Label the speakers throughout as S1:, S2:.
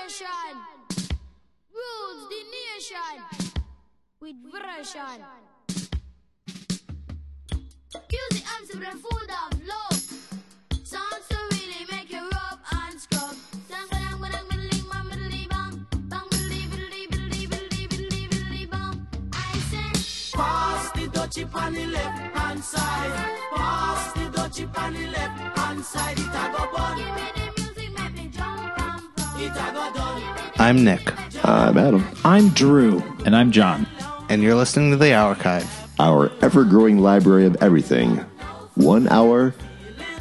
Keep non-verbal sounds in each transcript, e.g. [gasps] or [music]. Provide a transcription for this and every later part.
S1: nation, rules the nation with version. Use the arms of the food of love. Songs to really make you rub and scrub. Dang, dang, dang, diddly, bang, diddly, bang. Bang, diddly, diddly, diddly, diddly, diddly, diddly, bang. I said,
S2: Pass the dutchie on the left hand side. Pass the dutchie on the left hand side. It a go bun.
S1: give me the music, make me jump and pump.
S2: It a go done.
S3: I'm Nick,
S4: I'm Adam.
S5: I'm Drew. And I'm John.
S3: and you're listening to The Archive.
S4: [laughs] Our ever growing library of everything, one hour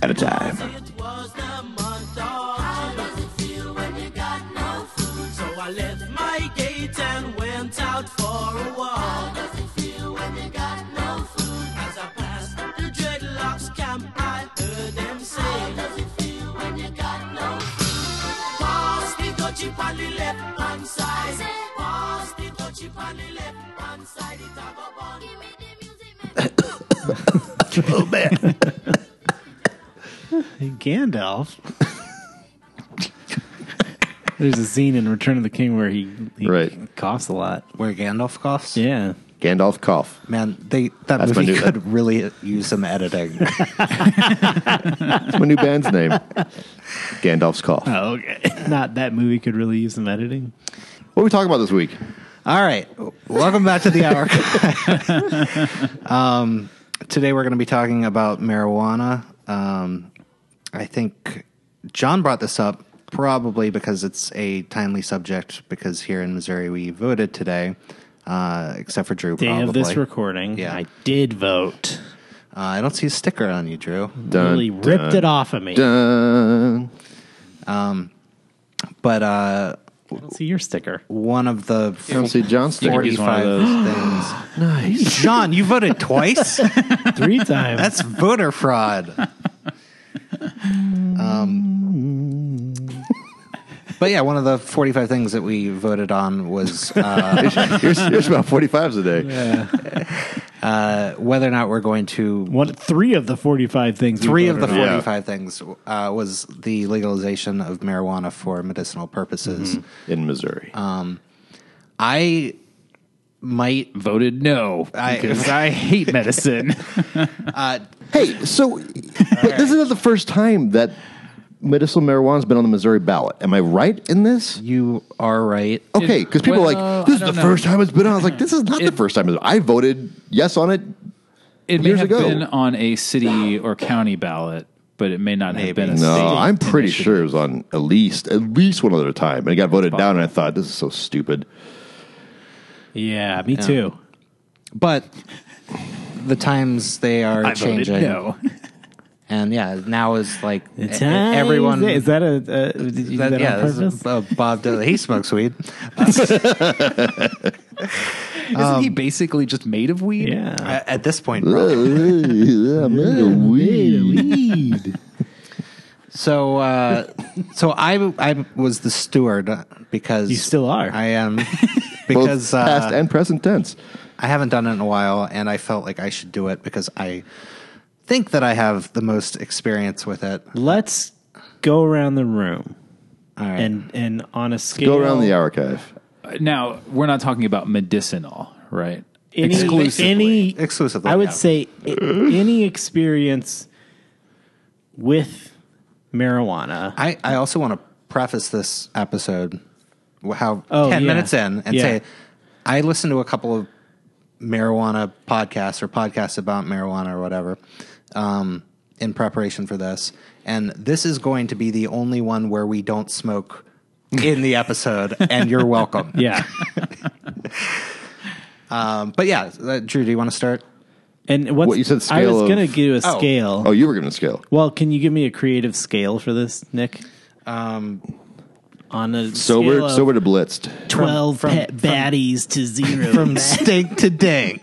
S4: at a time.
S2: It was the month of How does it feel when you got no food? So I left my gate and went out for a walk. How does it feel when you got no food? As I passed the dreadlocks camp, I heard them say. How does it feel when you got no food? Pass the dutchie on the left hand side. Pass the dutchie on the left hand side. It a go bun.
S1: Give me the music, make me
S3: Oh, man.
S5: Gandalf. [laughs] There's a scene in Return of the King where he, he
S4: Right.
S5: coughs a lot.
S3: Where Gandalf coughs?
S5: Yeah.
S4: Gandalf cough.
S3: Man, they that
S4: That's my
S3: movie
S4: new- [laughs]
S3: could really use some editing.
S4: That's my new band's [laughs] name. Gandalf's cough.
S5: Oh, okay. [laughs] Not that movie could really use some editing.
S4: What are we talking about this week?
S3: All right. Welcome back to The Archive.
S4: [laughs]
S3: um, today we're going to be talking about marijuana. Um, I think John brought this up probably because it's a timely subject because here in Missouri we voted today, uh, except for Drew.
S5: Day
S3: probably.
S5: of this recording,
S3: Yeah.
S5: I did vote.
S3: Uh, I don't see a sticker on you, Drew.
S4: Dun,
S5: really ripped
S4: dun,
S5: it off of me.
S4: Dun.
S3: But uh,
S5: I don't see your sticker.
S3: one of the
S4: I don't see John
S5: could use one of
S3: 45
S5: [gasps]
S3: things.
S4: Nice.
S3: John, you voted twice? [laughs]
S5: [laughs] Three times.
S3: That's voter
S5: [laughs]
S3: fraud. Um, Um, but yeah, one of the 45 things that we voted on was
S5: [laughs]
S3: uh,
S4: Here's, here's about 45s a day.
S3: whether or not we're going to.
S5: one, three of the 45 things. we
S3: Three of the
S5: voted on.
S4: Yeah.
S3: 45 things uh, was the legalization of marijuana for medicinal purposes.
S5: Mm-hmm.
S4: In Missouri.
S6: Uh,
S3: I might.
S5: voted no
S3: I-
S5: [laughs] because I hate medicine.
S4: hey, so but this is not the first time that medicinal marijuana has been on the Missouri ballot. Am I right in this?
S3: You are right.
S4: Okay, because people are
S6: well,
S4: like, this is
S6: I
S4: the
S6: don't know.
S4: first time it's been on. I was like, this is not the first time. I voted yes on it.
S6: It may
S4: Years
S6: have
S4: ago.
S6: been on a city or county ballot, but it may not have been a
S4: No,
S6: state.
S4: I'm pretty sure it was on at least at least one other time, and it got voted down. And I thought this is so [laughs] stupid.
S5: [laughs] yeah, me too.
S3: But the times they are
S5: I
S3: changing.
S5: voted [laughs] no.
S3: And yeah, now is like e- everyone.
S5: is that a uh, did you
S3: That-
S5: do that
S3: yeah,
S5: on
S3: this
S5: purpose?
S3: is, uh, Bob Dylan. He smokes weed.
S6: [laughs] Isn't he basically just made of weed?
S5: yeah.
S3: A- At this point,
S4: Uh,
S3: bro.
S4: I'm into weed. [laughs]
S3: so uh, so I I was the steward because
S5: You still are.
S3: I
S5: [laughs]
S3: am
S4: Both
S3: because
S4: past
S3: uh,
S4: and present tense.
S3: I haven't done it in a while, and I felt like I should do it because I think that I have the most experience with it.
S5: Let's go around the room
S3: All right.
S5: and and on a
S4: Go
S5: scale
S4: around the archive.
S6: Now, we're not talking about medicinal, right?
S5: any,
S6: Exclusively.
S5: any
S3: Exclusively,
S5: I would
S3: yeah.
S5: say i- any experience with marijuana.
S3: I, I also want to preface this episode wh- how
S5: Oh,
S3: 10
S5: yeah.
S3: minutes in and
S5: Yeah.
S3: say I listened to a couple of marijuana podcasts or podcasts about marijuana or whatever um, in preparation for this. And this is going to be the only one where we don't smoke in the
S5: [laughs]
S3: episode, and you're welcome.
S4: [laughs]
S5: Yeah.
S3: Um, but yeah, uh, Drew, do you want to start?
S5: And what's,
S4: What, you said
S5: I was
S4: scale of-
S5: gonna do a scale.
S4: Oh, you were giving a scale.
S5: Well, can you give me a creative scale for this, Nick? Um, on a
S4: Sober,
S5: scale of
S4: sober to blitzed.
S5: twelve
S3: from-
S5: pet
S3: from-
S5: baddies to zero.
S3: From stink to dank.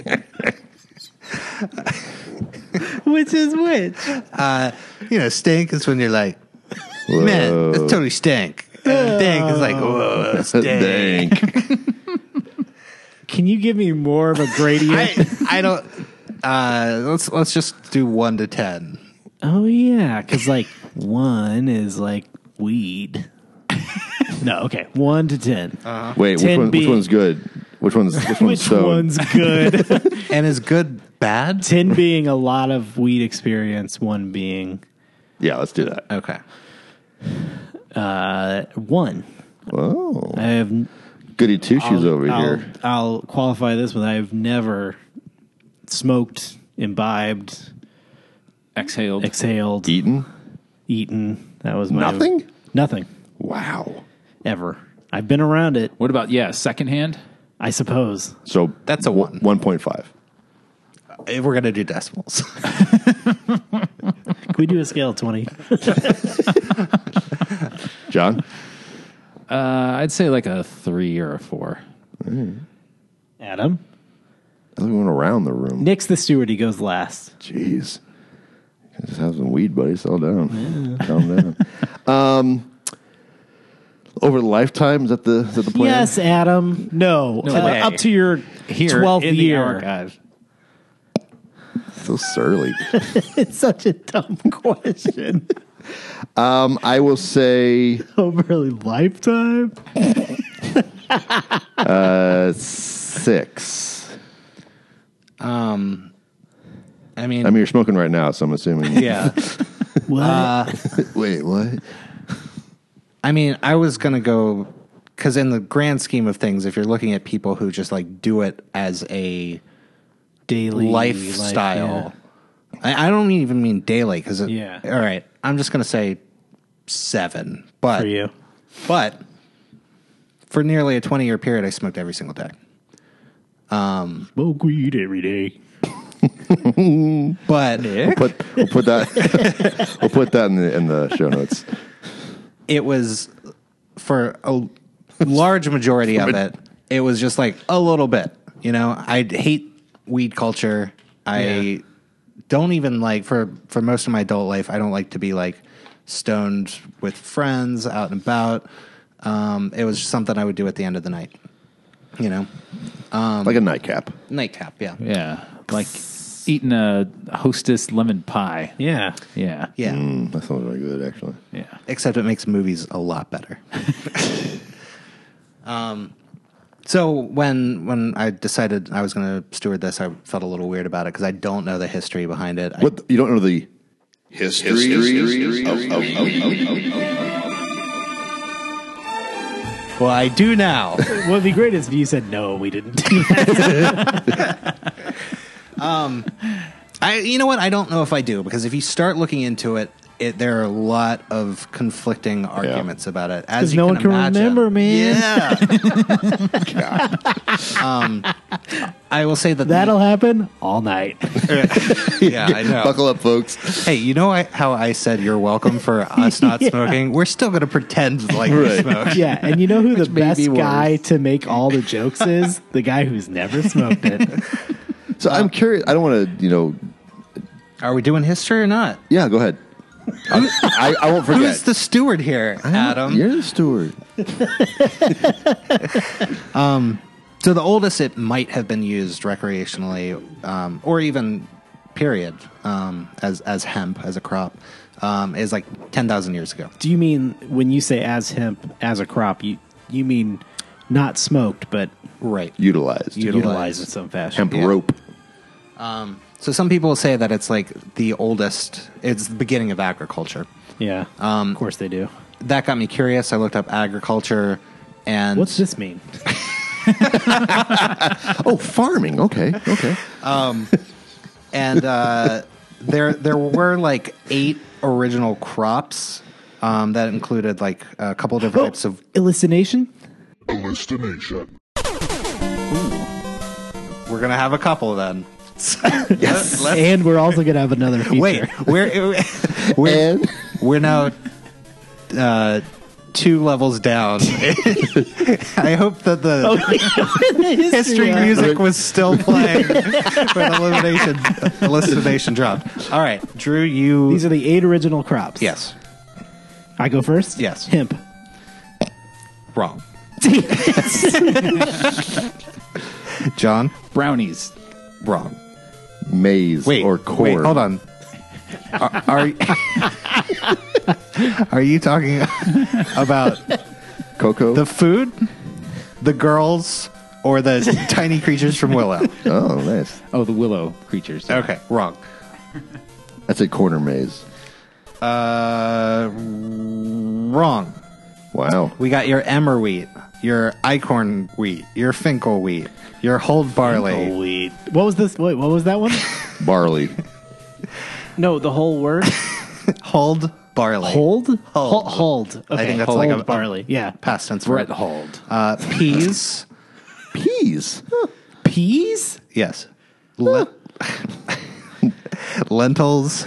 S5: [laughs] which is which?
S3: [laughs] you know, stink is when you're like, man, that's totally stink. And dank is like, [laughs] whoa,
S4: [laughs]
S3: stink.
S4: Dank.
S5: Can you give me more
S4: [laughs]
S5: of a gradient?
S3: I, I don't. Uh, let's let's just do one to ten.
S5: oh yeah, because like one is like weed, No, okay. One to 10
S4: Wait, which, one,
S5: 10B.
S4: which one's good? Which one's which one's
S5: Which
S4: Um, so?
S5: one's good?
S3: And is good bad?
S5: [laughs] ten being a lot of weed experience, one being
S4: Yeah, let's do that.
S3: Okay.
S5: one.
S4: Oh,
S5: I have
S4: goody two shoes over
S5: I'll,
S4: here.
S5: I'll qualify this with I have never smoked, imbibed,
S6: Exhaled.
S5: exhaled,
S4: Eaton.
S5: eaten. That was my
S4: Nothing?
S5: Nothing
S4: Wow.
S5: ever. I've been around it,
S6: what about yeah? Secondhand.
S5: I suppose.
S4: So
S3: That's a one.
S4: One point five.
S3: If we're gonna do decimals.
S5: Can we do a scale of twenty? [laughs]
S4: John.
S6: Uh, I'd say like a three or a four.
S5: Adam
S4: I think we went around the room.
S5: Nick's the steward. He goes last.
S4: Jeez. I just have some weed, buddy. Settle down. Calm down. Um, over the lifetime, is that the, is that the plan?
S5: Yes, Adam. No, uh,
S6: Today.
S5: up to your twelfth
S6: in the
S5: year.
S6: archive.
S4: So surly.
S5: It's such a dumb [laughs] question. [laughs]
S4: um, I will say
S5: Overly lifetime.
S4: uh, six.
S3: I mean,
S4: I mean, you're smoking right now, so I'm assuming.
S3: yeah.
S5: What?
S4: Wait, what?
S3: I mean, I was gonna go because in the grand scheme of things, if you're looking at people who just like do it as a
S5: [laughs] Daily
S3: lifestyle, I, I don't even mean daily because
S5: Yeah.
S3: All right, I'm just gonna say seven, but
S5: for you.
S3: but for nearly a 20 year period, I smoked every single day.
S5: Smoke weed every day.
S3: But
S4: Put, we'll put that. [laughs] we'll put that in the in the show notes.
S3: it was for a large majority of it, it was just like a little bit. You know, I hate weed culture. I
S5: Yeah.
S3: don't even like for for most of my adult life. I don't like to be like stoned with friends out and about. Um, it was just something I would do at the end of the night. You know,
S4: like a nightcap.
S3: nightcap. Yeah,
S6: Yeah, like eating a hostess lemon pie.
S5: Yeah.
S6: Yeah,
S3: yeah.
S4: Mm, that sounds really good, actually.
S6: yeah.
S3: except it makes movies a lot better. um,
S5: [laughs] Um,
S3: so when when I decided I was going to steward this, I felt a little weird about it because I don't know the history behind it. I-
S4: What you don't know the
S7: History, history of, of, of,
S3: well, I do now.
S5: What would be great is if you said no, we didn't. [laughs] do that."
S3: I you know what? I don't know if I do because if you start looking into it, it there are a lot of conflicting arguments about it. As
S5: 'Cause
S3: you
S5: no one can
S3: imagine.
S5: remember, man.
S3: Yeah. um,
S5: [laughs]
S3: I will say that the-
S5: That'll happen all [laughs] night.
S3: yeah, I know.
S4: buckle up, folks.
S3: Hey, you know I, how I said you're welcome for us not smoking? We're still going to pretend like we
S4: Right.
S3: smoke.
S5: Yeah, and you know who the
S3: may
S5: best
S3: be worse.
S5: guy to make all the jokes [laughs] is? The guy who's never smoked it.
S4: So I'm curious. I don't want to, you know.
S3: Are we doing history or not?
S4: Yeah, go ahead. I'm- I, I won't forget.
S3: Who's the steward here, Adam?
S4: You're the steward.
S3: So the oldest it might have been used recreationally, um, or even period, um, as as hemp as a crop, um, is like ten thousand years ago.
S5: [laughs] Do you mean when you say as hemp as a crop, you you mean not smoked but
S3: Right.
S4: Utilized.
S3: Utilized.
S5: utilized in some fashion?
S4: Hemp rope.
S3: So some people say that it's like the oldest. It's the beginning of agriculture.
S5: Yeah, of course they do.
S3: That got me curious. I looked up agriculture, and
S5: What's this mean?
S4: Oh, farming. Okay. Okay.
S3: Uh, and uh, there there were like eight original crops um, that included like a couple
S5: Oh.
S3: different types of
S5: Hallucination?
S7: Hallucination.
S3: we're gonna have a couple then
S4: yes.
S5: And we're also gonna have another
S3: [laughs]
S5: feature.
S3: wait we're [laughs] we're,
S4: And
S3: we're now uh, two levels down [laughs] i hope that the
S5: Oh,
S3: history music was
S5: [laughs]
S3: still playing when elimination elimination dropped all right drew you
S5: These are the eight original crops.
S3: yes
S5: I go first.
S3: Yes.
S5: hemp. [laughs]
S3: wrong john
S6: Brownies.
S3: wrong
S4: maize
S3: Wait,
S4: or corn.
S3: Wait, hold on. Are are, are you talking about
S4: Coco.
S3: The food, the girls, or the tiny creatures from Willow.
S4: oh, nice.
S6: Oh, the willow creatures.
S3: Okay, wrong.
S4: That's a corner maze.
S3: Uh, wrong.
S4: Wow.
S3: We got your emmer wheat, your icorn wheat, your finkel wheat, your hold barley.
S8: Wait, what was this? Wait, what was that
S5: [laughs]
S8: one?
S4: Barley.
S8: no, the whole word.
S3: Hold barley.
S8: Hold,
S3: Hold.
S8: hold, hold. Okay.
S3: I think that's
S8: hold
S3: like a-
S8: barley. yeah,
S3: Past tense.
S6: Brett
S3: verb.
S6: Hold.
S3: Uh, peas. [laughs]
S4: Peas.
S8: peas.
S3: Yes. Le- [laughs] Lentils.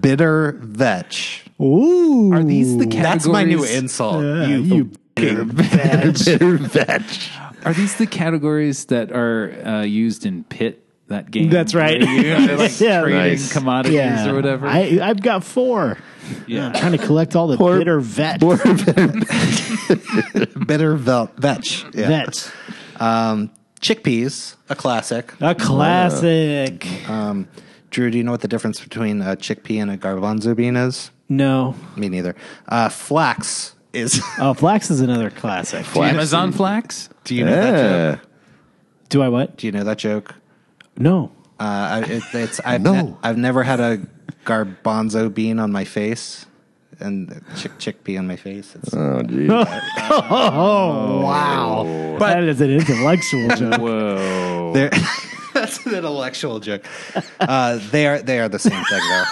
S3: Bitter vetch.
S8: Ooh, are these the
S3: That's my new insult.
S8: you, you
S4: Bitter vetch.
S6: Are these the categories that are uh, used in Pit? That game.
S8: That's right.
S6: where you- they're
S8: [laughs]
S6: like
S8: Yeah.
S6: trading
S4: Nice.
S6: commodities
S8: yeah.
S6: or whatever.
S8: I, I've got four.
S6: yeah.
S8: Trying to collect all the
S4: Poor-
S8: bitter vet
S3: Bitter vel- vetch. Yeah.
S8: vets.
S3: Chickpeas, a classic.
S8: A classic.
S3: Drew, do you know what the difference between a chickpea and a garbanzo bean is?
S8: no,
S3: Me neither. Uh, flax is.
S8: oh, flax is another classic.
S6: Amazon Flax.
S3: do you know that joke?
S4: Yeah.
S8: Do I what?
S3: Do you know that joke?
S8: No.
S3: Uh, I- it, it's I've
S4: No.
S3: ne- I've never had a garbanzo bean on my face and chick chickpea on my face. It's,
S4: Oh, geez.
S3: [laughs]
S8: Wow. that is an intellectual joke.
S4: Oh.
S6: Whoa.
S3: they're- [laughs] that's an intellectual joke. Uh, they are they are the same thing though.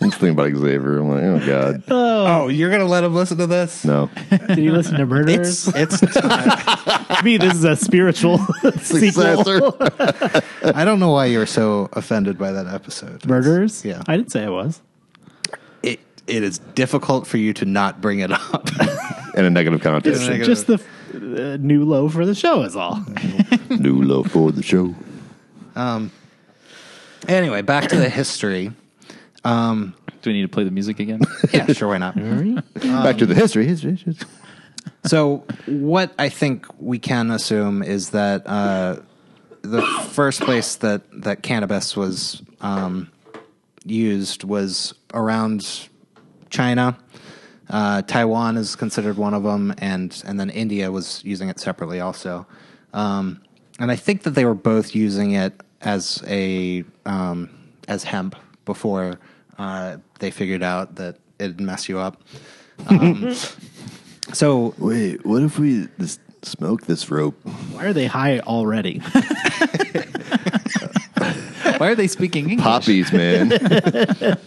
S4: I'm just thinking about Xavier. I'm like, [laughs] oh, God.
S3: oh, you're gonna let him listen to this? [laughs]
S4: No.
S8: Did you listen to
S3: It's
S8: murderers?
S3: it's. [laughs] time.
S8: [laughs] to me, this is a spiritual [laughs] sequel.
S4: Successor.
S3: I don't know why you were so offended by that episode.
S8: Murderers?
S3: Yeah.
S8: I didn't say I was.
S3: It it is difficult for you to not bring it up.
S4: and a negative
S3: a
S4: connotation.
S3: neg-
S8: Just the uh, new low for the show is all.
S4: New love for the show.
S3: anyway, back to the history.
S6: Do we need to play the
S8: [laughs]
S6: music again?
S3: Yeah, sure, why not?
S4: Back to the history. History. history.
S3: So, what I think we can assume is that uh, the first place that, that cannabis was um, used was around China. Uh, Taiwan is considered one of them, and, and then India was using it separately also. Um, and I think that they were both using it as a um, as hemp before uh, they figured out that it'd mess you up. Um, so
S4: Wait, what if we just smoke this rope?
S8: Why are they high already? [laughs]
S6: Why are they speaking English?
S4: Poppies,
S3: [laughs]
S4: man. [laughs]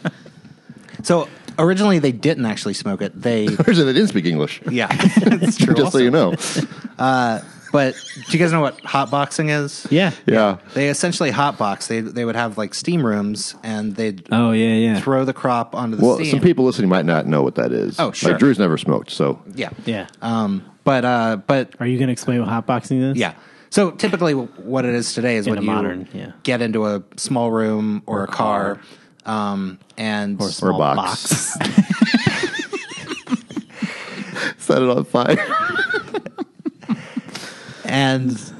S3: So originally they didn't actually smoke it. They
S4: Person that didn't speak English.
S3: [laughs] yeah, it's true.
S4: [laughs] Just so you know.
S3: [laughs] But do you guys know what hotboxing is?
S8: yeah.
S4: Yeah.
S3: They essentially hotbox. They they would have like steam rooms and they'd
S8: Oh, yeah, yeah.
S3: throw the crop onto the
S4: Well,
S3: steam.
S4: some people listening might not know what that is.
S3: Oh, sure.
S4: Like, Drew's never smoked, so
S3: yeah.
S8: Yeah.
S3: Um but uh but
S8: Are you going to explain what hotboxing is?
S3: yeah. So typically what it is today is
S8: In
S3: when
S8: a
S3: you
S8: modern, yeah.
S3: get into a small room or, a car, um and
S4: or a box.
S8: [laughs]
S4: [laughs] Set it on fire. [laughs]
S3: and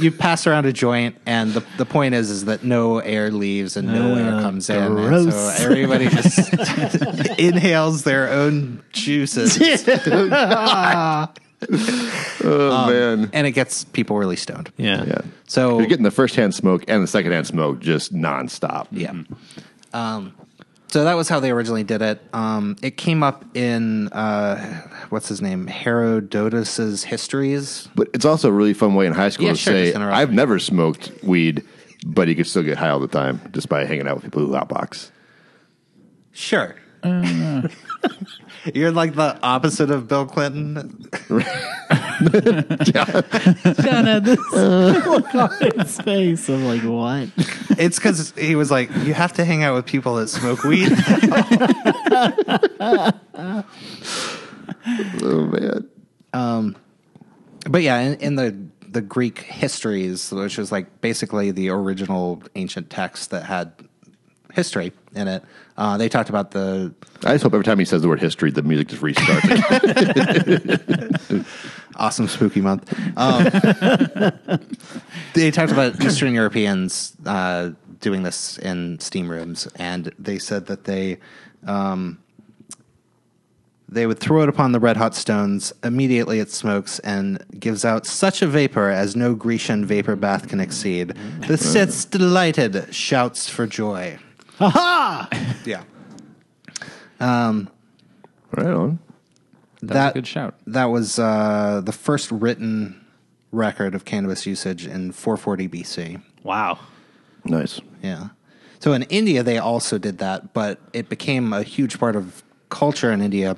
S3: you pass around a joint, and the, the point is is that no air leaves and no air comes in, and so
S8: gross.
S3: everybody just [laughs] inhales their own juices,
S4: Oh man.
S3: Um, and it gets people really stoned.
S8: Yeah.
S4: Yeah.
S3: So
S4: You're getting the first hand smoke and the second hand smoke just nonstop.
S3: yeah, um,
S4: Mm-hmm.
S3: so that was how they originally did it. Um, it came up in uh, what's his name Herodotus's histories.
S4: But it's also a really fun way in high school
S3: Yeah,
S4: to
S3: sure,
S4: say
S3: just interrupt.
S4: I've never smoked weed, but you could still get high all the time just by hanging out with people who hotbox.
S3: Sure. [laughs] You're like the opposite of Bill Clinton.
S8: Kinda this look on his face. I'm like, what? [laughs]
S3: It's because he was like, you have to hang out with people that smoke weed.
S4: [laughs] Oh man.
S3: [laughs] But yeah, in, in the the Greek histories, which was like basically the original ancient text that had history in it, uh, they talked about the
S4: I just hope every time he says the word history, the music just restarts.
S3: [laughs] awesome spooky month. Um, they talked about Eastern Europeans uh, doing this in steam rooms, and they said that they um, They would throw it upon the red hot stones. Immediately it smokes and gives out such a vapor as no Grecian vapor bath can exceed. The Sith's delighted shouts for joy. Ha ha! Yeah.
S4: Right on.
S6: That, was a good shout.
S3: That was uh, the first written record of cannabis usage in 440 BC.
S8: Wow.
S4: Nice.
S3: Yeah. So in India, they also did that, but it became a huge part of culture in India.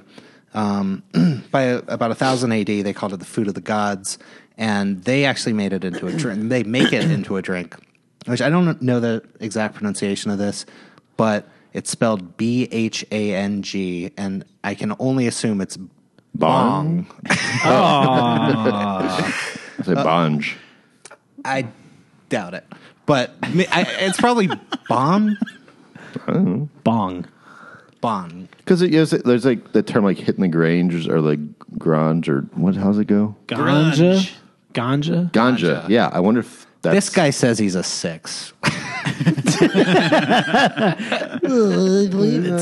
S3: Um, [clears throat] by about 1000 AD, they called it the food of the gods, and they actually made it into a drink. They make it into a drink, which I don't know the exact pronunciation of this, but it's spelled B H A N G, and I can only assume it's bong.
S4: [laughs] I say Bonge.
S3: I doubt it, but I- I, it's probably bomb,
S8: Bong.
S3: bong.
S4: Because it, yes, it- there's like the term like hitting the grange or like grunge or what? How's it go?
S8: Ganja. Ganja.
S4: Ganja. Yeah, I wonder if that's
S3: This guy says he's a six.
S9: It's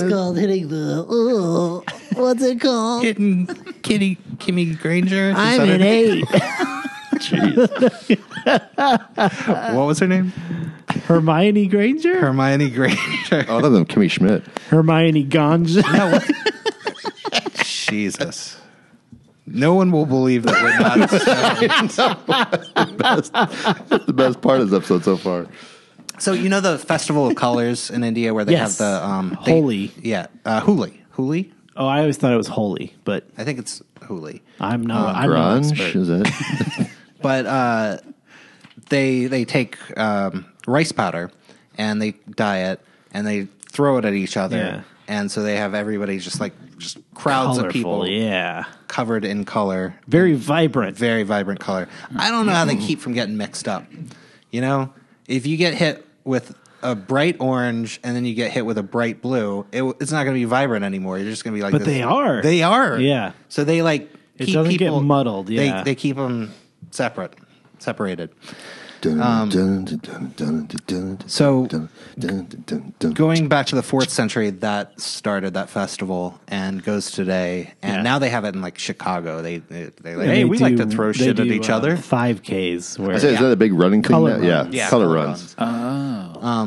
S9: called hitting the. Oh, what's it called?
S3: Hitting Kitty Kimmy Granger.
S9: I'm an eight.
S3: What was her name?
S8: [laughs] Hermione Granger.
S3: Hermione Granger.
S4: Oh, I thought that was Kimmy Schmidt.
S8: Hermione Ganja.
S3: Oh, Jesus. No one will believe that we're not. [laughs]
S4: [laughs] the best part of this episode so far.
S3: so you know the Festival of Colors in India where they
S8: Yes.
S3: have the um, they-
S8: Holi.
S3: Yeah, uh, Huli. Huli.
S8: Oh, I always thought it was holy, but
S3: I think it's Huli.
S8: I'm not.
S3: Uh,
S8: I'm not an
S4: Grunge
S8: expert.
S4: is it? [laughs]
S3: but uh, they they take um, rice powder and they dye it and they throw it at each other,
S8: Yeah.
S3: and so they have everybody just like just crowds
S8: Colorful,
S3: of people
S8: yeah.
S3: covered in color,
S8: Very vibrant.
S3: very vibrant color. I don't know how they keep from getting mixed up. You know, if you get hit with a bright orange and then you get hit with a bright blue, it, w- it's not going to be vibrant anymore. You're just going to be like,
S8: But
S3: this-
S8: they are.
S3: they are,
S8: Yeah.
S3: So they like
S8: It doesn't get muddled,
S3: they-
S8: yeah.
S3: they, keep them separate, separated.
S4: Um,
S3: so- Going back to the fourth century, that started that festival and goes today, and
S8: Yeah.
S3: now they have it in like Chicago. They they, they like,
S8: And
S3: hey,
S8: they
S3: we like
S8: do-
S3: to throw
S8: they
S3: shit at
S8: do,
S3: each
S8: uh,
S3: other.
S8: Five Ks. Where
S4: I say, Is that a big running thing?
S8: Color
S4: now? Yeah,
S8: runs.
S3: Yeah,
S4: color,
S3: color
S4: runs. Uh-huh.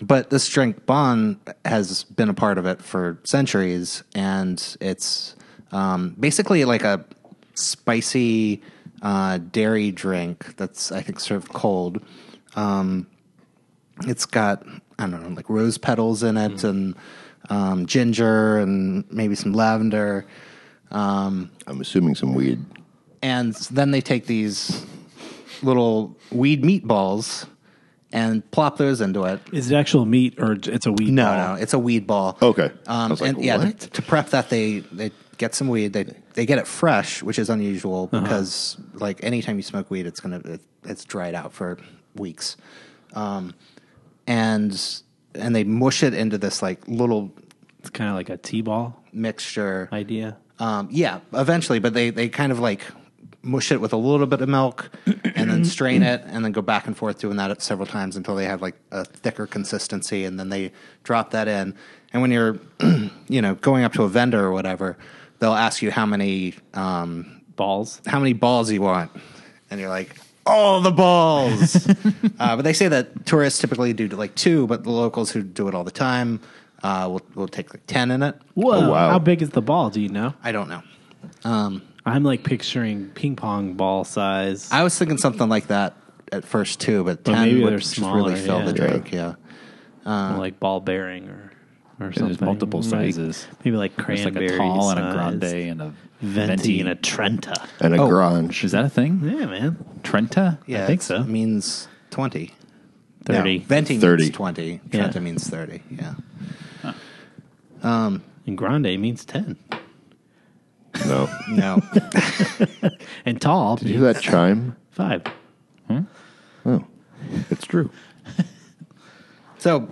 S3: But this drink Bon has been a part of it for centuries, and it's um, basically like a spicy uh, dairy drink that's I think served cold. Um, it's got I don't know like rose petals in it and um, ginger and maybe some lavender, um,
S4: I'm assuming some weed.
S3: and then they take these little weed meatballs and plop those into it.
S8: Is it actual meat or j- it's a weed?
S3: No,
S8: ball?
S3: no, it's a weed ball.
S4: Okay. I
S3: Um,
S4: was like,
S3: and yeah,
S4: what?
S3: to prep that, they they get some weed. They they get it fresh, which is unusual
S4: Uh-huh.
S3: because like anytime you smoke weed, it's gonna it, it's dried out for weeks, um, and and they mush it into this like little
S8: It's kind of like a T-ball
S3: mixture.
S8: idea.
S3: Um, yeah, eventually, but they they kind of like mush it with a little bit of milk and then strain it and then go back and forth doing that several times until they have like a thicker consistency and then they drop that in. And when you're [clears throat] you know going up to a vendor or whatever, they'll ask you how many um,
S8: Balls.
S3: how many balls you want, and you're like. All the balls, uh, but they say that tourists typically do like two, but the locals who do it all the time uh, will will take like ten in it.
S8: Whoa!
S4: Oh, wow.
S8: How big is the ball? Do you know?
S3: I don't know.
S8: I'm like picturing ping pong ball size.
S3: I was thinking something like that at first too, but,
S8: But
S3: ten
S8: maybe
S3: would
S8: they're
S3: just
S8: smaller,
S3: really fill the
S8: yeah.
S3: drink. Yeah, Uh,
S8: like ball bearing or or something.
S6: There's multiple
S8: Like-
S6: sizes.
S8: Maybe like
S6: There's like
S8: cranberry
S6: a tall and a
S8: size,
S6: grande and a
S8: venti,
S6: venti
S8: and a trenta.
S4: And a
S3: Oh.
S4: grunge.
S6: Is that a thing?
S8: Yeah, man.
S6: Trenta?
S3: yeah,
S8: think
S3: it's-
S8: so.
S3: Means twenty. No,
S8: Thirty
S3: venting
S4: 30.
S3: means twenty.
S8: Yeah.
S3: Trenta means thirty. Yeah.
S8: and grande means ten.
S4: [laughs] No.
S3: No. [laughs]
S8: And tall
S4: Did you hear that chime?
S8: five.
S4: Oh, it's true.
S3: so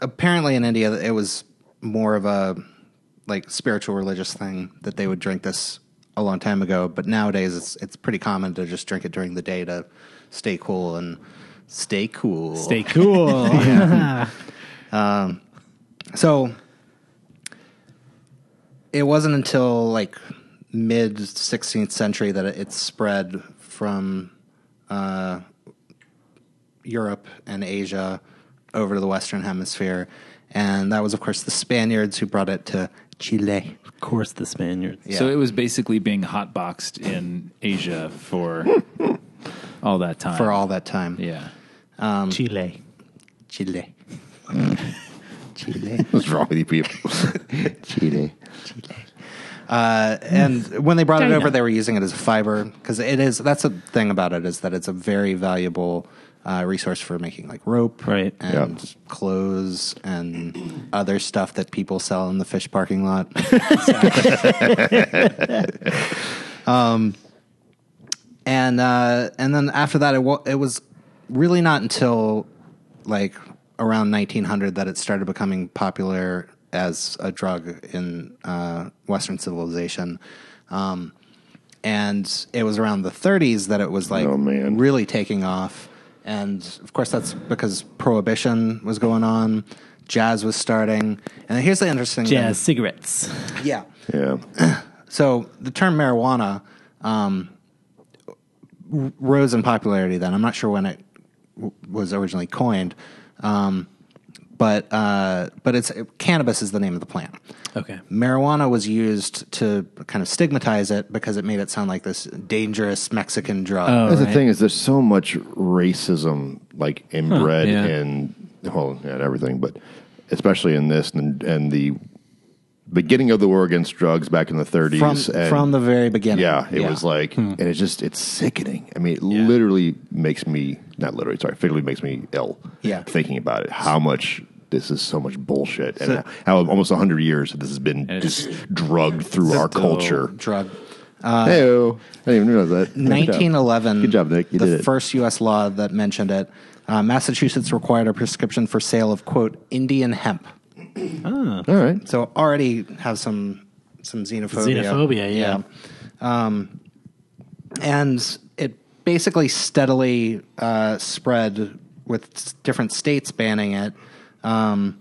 S3: apparently in India, it was more of a like spiritual religious thing that they would drink this a long time ago. But nowadays, it's it's pretty common to just drink it during the day to stay cool and stay cool.
S8: Stay
S3: [laughs]
S8: cool.
S3: So it wasn't until like mid 16th century that it, it spread from uh, Europe and Asia over to the Western Hemisphere, and that was of course the Spaniards who brought it to Chile.
S5: Of course, the Spaniards.
S3: Yeah.
S6: So it was basically being hotboxed in Asia for [laughs] all that time.
S3: for all that time.
S6: Yeah.
S5: Chile.
S3: Chile. Chile.
S4: What's wrong with you [laughs] people? Chile.
S6: Mm.
S3: and when they brought it
S5: China.
S3: over, they were using it as a fiber because it is. That's the thing about it is that it's a very valuable uh, resource for making like rope,
S5: Right.
S3: and
S4: Yeah.
S3: clothes and [clears throat] other stuff that people sell in the fish parking lot. [laughs] Um, and uh, and then after that, it wa- it was really not until like around 1900 that it started becoming popular as a drug in uh, Western civilization. Um, and it was around the 30s that it was like
S4: Oh, man.
S3: really taking off. And of course, that's because prohibition was going on, jazz was starting. And here's the interesting
S5: Jazz cigarettes.
S3: thing. Yeah.
S4: Yeah.
S3: So the term marijuana um, r- rose in popularity then. I'm not sure when it w- was originally coined, um, but uh, but it's cannabis is the name of the plant.
S5: Okay.
S3: Marijuana was used to kind of stigmatize it because it made it sound like this dangerous Mexican drug.
S4: That's the thing is there's so much racism like inbred
S6: yeah.
S4: in well yeah, in everything, but especially in this and and the beginning of the war against drugs back in the 30s
S3: from,
S4: and
S3: from the very beginning.
S4: yeah, it was like, and it's just it's sickening. I mean, it literally makes me not literally sorry, figuratively makes me ill.
S3: Yeah.
S4: thinking about it, how much this is so much bullshit, and how almost hundred years this has been
S6: It's-
S4: just drugged through our
S6: Still-
S4: culture.
S3: drug. Uh,
S4: hey, I didn't even realize that. Nice job.
S3: 1911.
S4: Good job, Nick. You
S3: the
S4: did it.
S3: first U.S. law that mentioned it. Uh, Massachusetts required a prescription for sale of quote Indian hemp.
S4: All right,
S3: So already have some some xenophobia. Um,
S5: Xenophobia, yeah.
S3: and it basically steadily uh, spread with s- different states banning it um,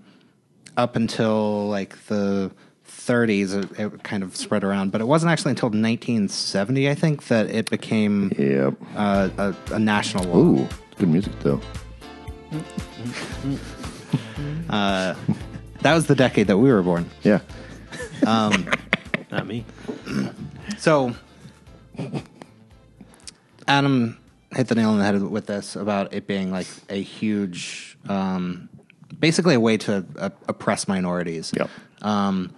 S3: up until like the 30s it, it kind of spread around but it wasn't actually until 1970 i think that it became
S4: yeah.
S3: uh, a, a national law
S4: Ooh, good music though.
S3: that was the decade that we were born
S4: Yeah,
S5: Not me.
S3: So, Adam hit the nail on the head with this about it being like a huge, um, basically a way to uh, oppress minorities.
S4: Yep.
S3: Um,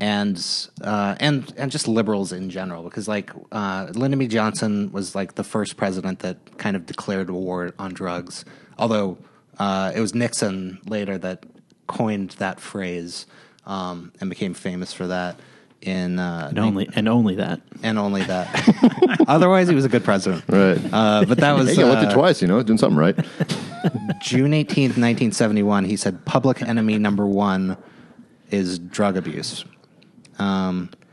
S3: and uh, and and just liberals in general, because like uh, Lyndon B. Johnson was like the first president that kind of declared war on drugs. Although uh, it was Nixon later that coined that phrase um, and became famous for that in uh,
S5: And only, and only that.
S3: and only that. [laughs] Otherwise, he was a good president.
S4: right.
S3: Uh, but that was
S4: [laughs] Hey, I went
S3: uh,
S4: it twice. You know, doing something right. [laughs]
S3: June 18th, 1971. He said, Public enemy number one is drug abuse.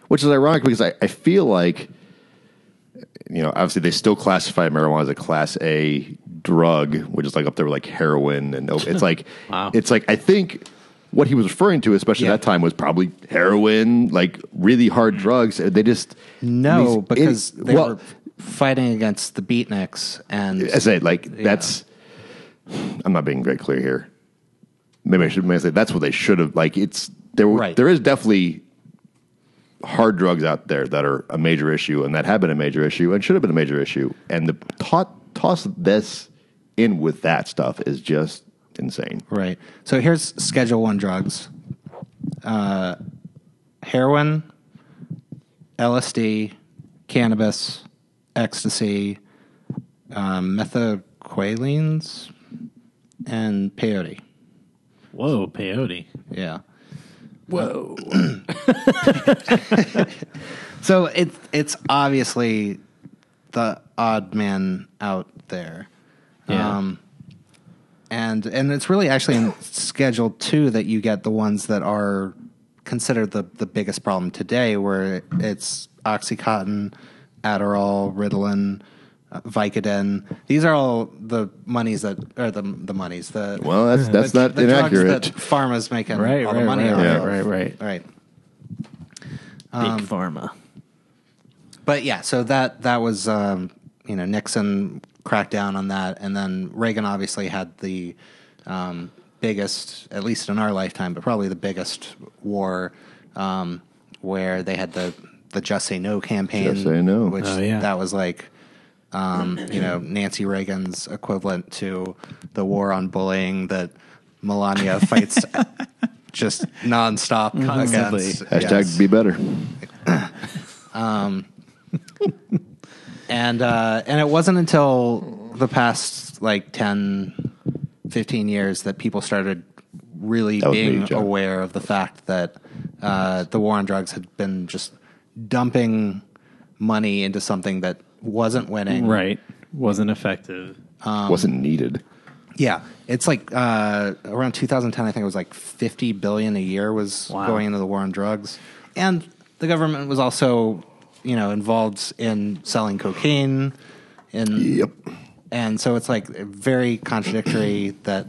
S4: which is ironic because I, I feel like you know obviously they still classify marijuana as a class A drug, which is like up there with like heroin and op-
S3: [laughs]
S4: it's like it's like I think what he was referring to, especially
S3: Yeah.
S4: at that time, was probably heroin, like really hard drugs. They just
S3: No,
S4: these-
S3: because
S4: it-
S3: they
S4: well,
S3: were fighting against the beatniks and.
S4: I say like that's I'm not being very clear here. Maybe I should maybe I say that's what they should have like it's there were
S3: Right.
S4: there is definitely hard drugs out there that are a major issue and that have been a major issue and should have been a major issue and the tot toss this in with that stuff is just insane.
S3: Right. So here's Schedule One drugs: uh, heroin, LSD, cannabis, ecstasy, um, methaqualines, and peyote.
S5: Whoa, peyote.
S3: Yeah.
S6: Whoa.
S3: [laughs] So it it's obviously the odd man out there.
S5: Yeah.
S3: Um, and and it's really actually in Schedule Two that you get the ones that are considered the the biggest problem today, where it's OxyContin, Adderall, Ritalin, uh, Vicodin. These are all the monies that are the the monies the
S4: Well,
S3: [laughs]
S4: that's that's
S3: the-
S4: not
S3: the drugs
S4: inaccurate.
S3: that pharma's making
S6: Right,
S3: all
S6: right,
S3: the money
S6: right,
S3: out Um,
S4: right,
S3: of.
S6: right, right.
S3: right.
S5: Big pharma.
S3: But yeah, so that that was um, you know Nixon cracked down on that, and then Reagan obviously had the um, biggest, at least in our lifetime, but probably the biggest war um, where they had the the Just Say No campaign.
S4: Just Say No.
S3: which
S8: Oh, yeah.
S3: that was like. Um, you know Nancy Reagan's equivalent to the war on bullying that Melania
S8: [laughs]
S3: fights just nonstop
S6: Constantly.
S3: against.
S4: Hashtag
S3: Yes.
S4: be better.
S3: and uh, and it wasn't until the past like 10 15 years that people started really
S4: That was me,
S3: being
S4: John.
S3: aware of the fact that uh, the war on drugs had been just dumping money into something that wasn't winning
S5: Right. Wasn't effective.
S3: Um,
S4: Wasn't needed.
S3: yeah it's like uh, around 2010 i think it was like 50 billion a year was
S5: Wow.
S3: going into the war on drugs and the government was also you know involved in selling cocaine in and so it's like very contradictory that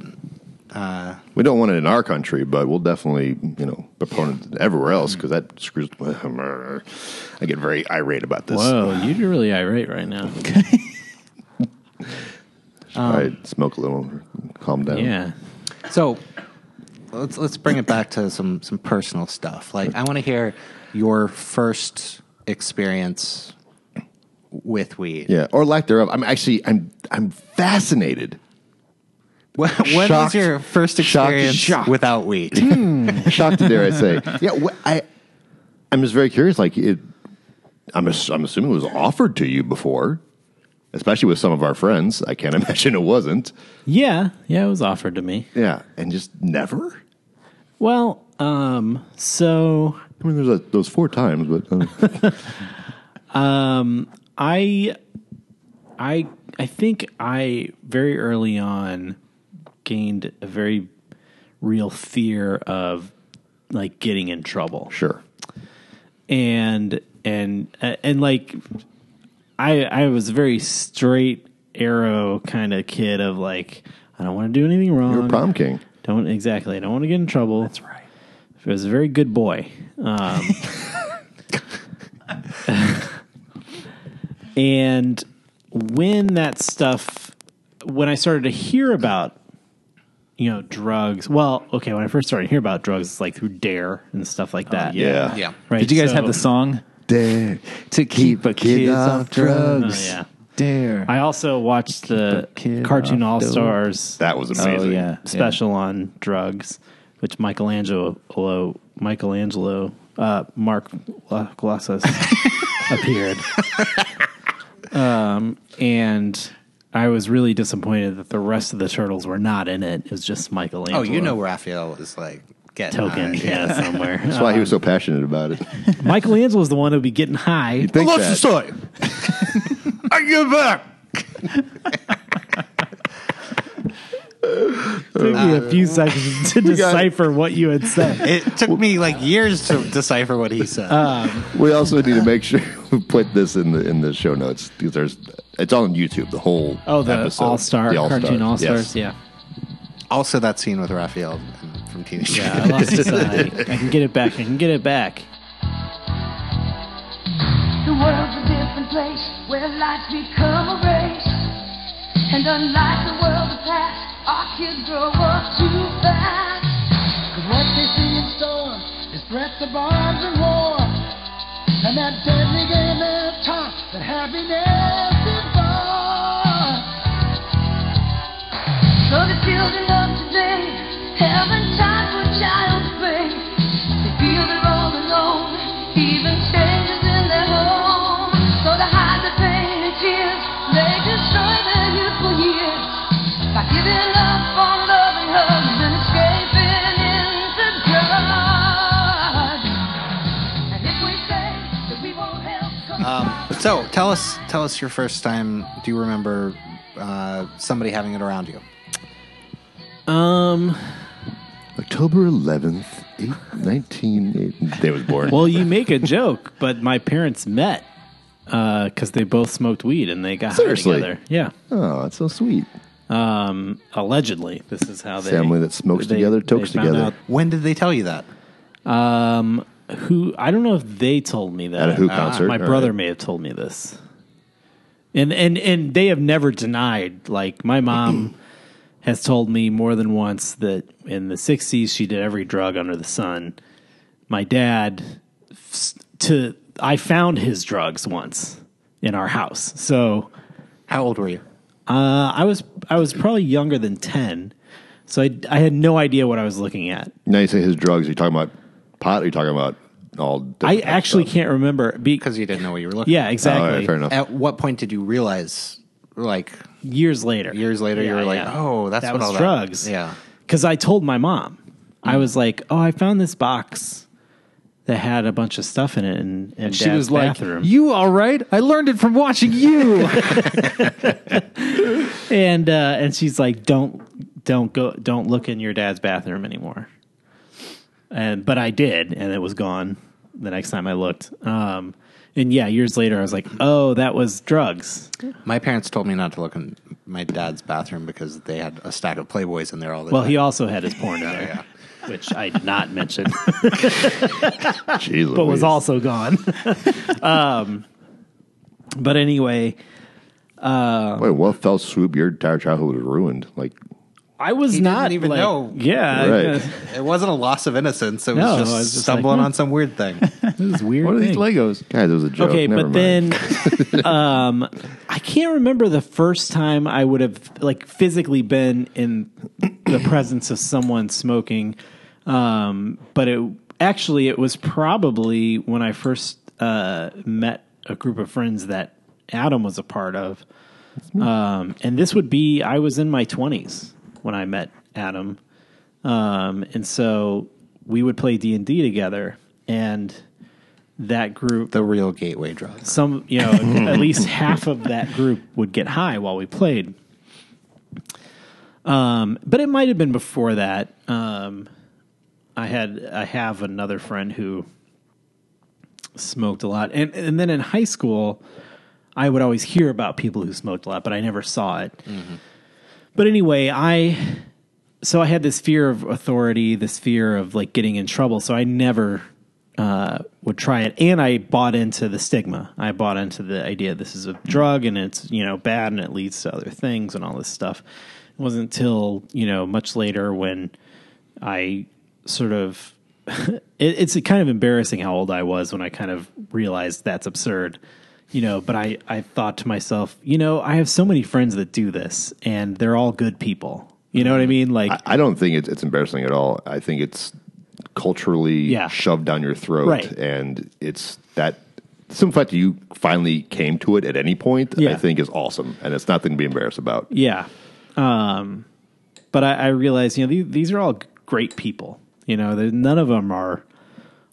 S4: We don't want it in our country, but we'll definitely, you know, proponent it everywhere else because that screws. [laughs] I get very irate about this.
S5: Whoa, you're really irate
S3: [laughs]
S5: right now.
S4: I smoke a little, calm down.
S5: yeah.
S3: so let's let's bring it back to some some personal stuff like i want to hear your first experience with weed
S4: yeah, or lack thereof. I'm actually, I'm, I'm fascinated,
S3: what, what was
S4: Shocked.
S3: your first
S4: Shocked.
S3: experience
S4: Shocked.
S3: without weed
S4: shocked to dare I say. Yeah, wh- I, I'm just very curious. Like it, I'm, ass- I'm assuming it was offered to you before, especially with some of our friends. I can't [laughs] imagine it wasn't.
S5: Yeah. Yeah, it was offered to me.
S4: Yeah, and just never.
S5: Well, um, so
S4: I mean, there's a, those four times, but uh, [laughs]
S5: I I I think I very early on gained a very real fear of like getting in trouble.
S4: sure.
S5: and and and like i i was a very straight arrow kind of kid of like i don't want to do anything wrong
S4: You're a prom king.
S5: don't exactly i don't want to get in trouble that's right i was a very good boy um, [laughs] and when that stuff when i started to hear about you know drugs well okay when i first started to hear about drugs it's like through dare and stuff like
S4: [laughs]
S5: that
S4: Yeah.
S5: right
S6: Did you guys have
S5: so-
S6: the song?
S4: Dare
S6: To keep a
S4: kid off drugs.
S5: Oh, yeah.
S6: Dare.
S5: I also watched the
S6: kid
S5: Cartoon All
S6: off dope.
S5: Stars
S4: That was amazing.
S6: oh, yeah.
S5: special on drugs, which Michelangelo Michelangelo uh, Mark Glossus appeared. um, and I was really disappointed that the rest of the turtles were not in it. It was just Michelangelo.
S3: Oh, you know Raphael is like getting
S5: token,
S3: high.
S5: yeah, somewhere. Uh,
S4: That's why he
S5: Um,
S4: was so passionate about
S5: [laughs]
S4: it.
S5: Michelangelo is the one who'd be getting high.
S4: Think that.
S3: story? I give back.
S5: Took me a few seconds to decipher what you had said.
S3: It took me like years to decipher what he said.
S5: Uh,
S4: We also need to make sure [laughs] we put this in the in the show notes because there's it's all on YouTube. The whole
S5: Oh, the
S4: episode.
S5: All Star
S4: The All-Stars,
S5: cartoon All Stars.
S4: yes.
S5: Yeah,
S3: also, that scene with Raphael from Teenage
S5: yeah. I lost his eye. I can get it back. I can get it back.
S10: The world's a different place where life's become a race. And unlike the world of past, our kids grow up too fast. Cause what they see in stores is threats of arms and war. And that deadly game of talk that happiness is born. So the children of today haven't time for child's play. They feel they're all alone, even strangers in their home. So they hide the pain and tears, they destroy their youthful years by giving up on love and hugs and escaping into drugs. And if we say that we won't help, come
S3: Um, so, tell us, tell us your first time. Do you remember uh, somebody having it around you?
S5: Um.
S4: October 11th, 8, 1980. They was born.
S5: Well, you make a joke, but my parents met because they both smoked weed and they got high
S4: Seriously?
S5: together. Yeah.
S4: oh, that's so sweet.
S5: Um. Allegedly, this is how they
S4: Family that smokes together, tokes
S5: found
S4: together.
S5: out
S3: When did they tell you that?
S5: Um, who I don't know if they told me that. Uh,
S4: At a Who concert,
S5: My
S4: all
S5: brother
S4: right.
S5: may have told me this. And and and they have never denied like my mom [clears throat] has told me more than once that in the 60s she did every drug under the sun. My dad s- to I found his drugs once in our house. So
S3: How old were you?
S5: uh, I was I was probably younger than 10. So I I had no idea what I was looking at.
S4: Now you say his drugs. Are you talking about pot? Are you talking about all?
S5: I
S4: different types of
S5: actually
S4: stuff?
S5: can't remember because
S3: Because you didn't know what you were looking.
S5: yeah,
S4: All
S5: exactly.
S4: right, Oh, fair enough.
S3: At what point did you realize, like
S5: Years later,
S3: years later, you
S5: Yeah,
S3: were like,
S5: yeah.
S3: "Oh, that's
S5: that
S3: what
S5: was
S3: all that-
S5: drugs."
S3: Yeah.
S5: because I told my mom, I was like, "Oh, I found this box that had a bunch of stuff in it," and, and,
S6: she was like,
S5: bathroom.
S6: "You all right? I learned it from watching you."
S5: and uh, and she's like, "Don't don't go don't look in your dad's bathroom anymore." And but I did, and it was gone the next time I looked. Um, and yeah, years later, I was like, "Oh, that was drugs."
S3: My parents told me not to look in my dad's bathroom because they had a stack of Playboys in there all the
S5: Well,
S3: time.
S5: he also had his porn in there, which I did not
S3: [laughs]
S5: mention.
S4: Jeez
S5: but
S4: Louise.
S5: was also gone. [laughs] um, but anyway,
S4: Wait, what fell swoop? Your entire childhood was ruined. Like
S5: I was
S3: He didn't
S5: not
S3: even
S5: like-
S3: know.
S5: Yeah,
S4: Right.
S3: it wasn't a loss of innocence. It was
S5: No,
S3: just
S5: I was just like,
S3: stumbling
S5: hmm.
S3: on some weird
S5: [laughs]
S3: thing.
S5: this is weird.
S4: what are these
S5: thing.
S4: Legos? Guys, it was a joke.
S5: Okay,
S4: Never
S5: but
S4: mind. [laughs]
S5: then um, I can't remember the first time I would have like physically been in the presence of someone smoking. Um, but it actually it was probably when I first uh, met a group of friends that Adam was a part of. Um, and this would be I was in my 20s when I met Adam. Um, and so we would play D&D together and that group
S3: the real gateway drugs.
S5: some you know at least half of that group would get high while we played um but it might have been before that um i had i have another friend who smoked a lot and and then in high school i would always hear about people who smoked a lot but i never saw it but anyway i so i had this fear of authority this fear of like getting in trouble so i never uh, would try it and i bought into the stigma i bought into the idea this is a drug and it's you know bad and it leads to other things and all this stuff it wasn't until you know much later when i sort of [laughs] it, it's kind of embarrassing how old i was when i kind of realized that's absurd you know but i i thought to myself you know i have so many friends that do this and they're all good people you know what i mean like
S4: I, I don't think it's, it's embarrassing at all. I think it's culturally
S5: Yeah.
S4: shoved down your throat,
S5: Right.
S4: and it's that. Some fact that you finally came to it at any point, I
S5: Yeah.
S4: think, is awesome, and it's nothing to be embarrassed about.
S5: Yeah. Um, but I, I realize, you know, these, these are all great people. You know, there- none of them are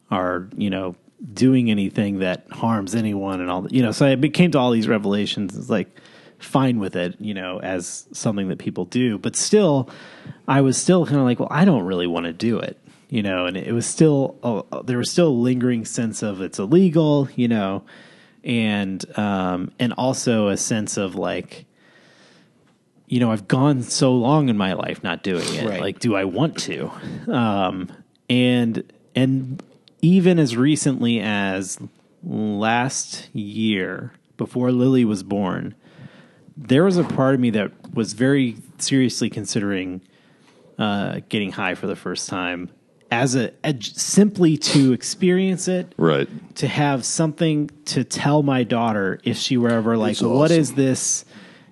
S5: are you know doing anything that harms anyone and all that. You know, so I be- came to all these revelations. It's like fine with it, you know, as something that people do. But still, I was still kind of like, well, I don't really want to do it. You know, and it was still oh, there was still a lingering sense of it's illegal, you know, and um, and also a sense of like, you know, I've gone so long in my life not doing it.
S3: Right.
S5: Like, do I want to? Um, and and even as recently as last year, before Lily was born, there was a part of me that was very seriously considering uh, getting high for the first time as a, a simply to experience it
S4: Right?
S5: to have something to tell my daughter if she were ever like, what is this?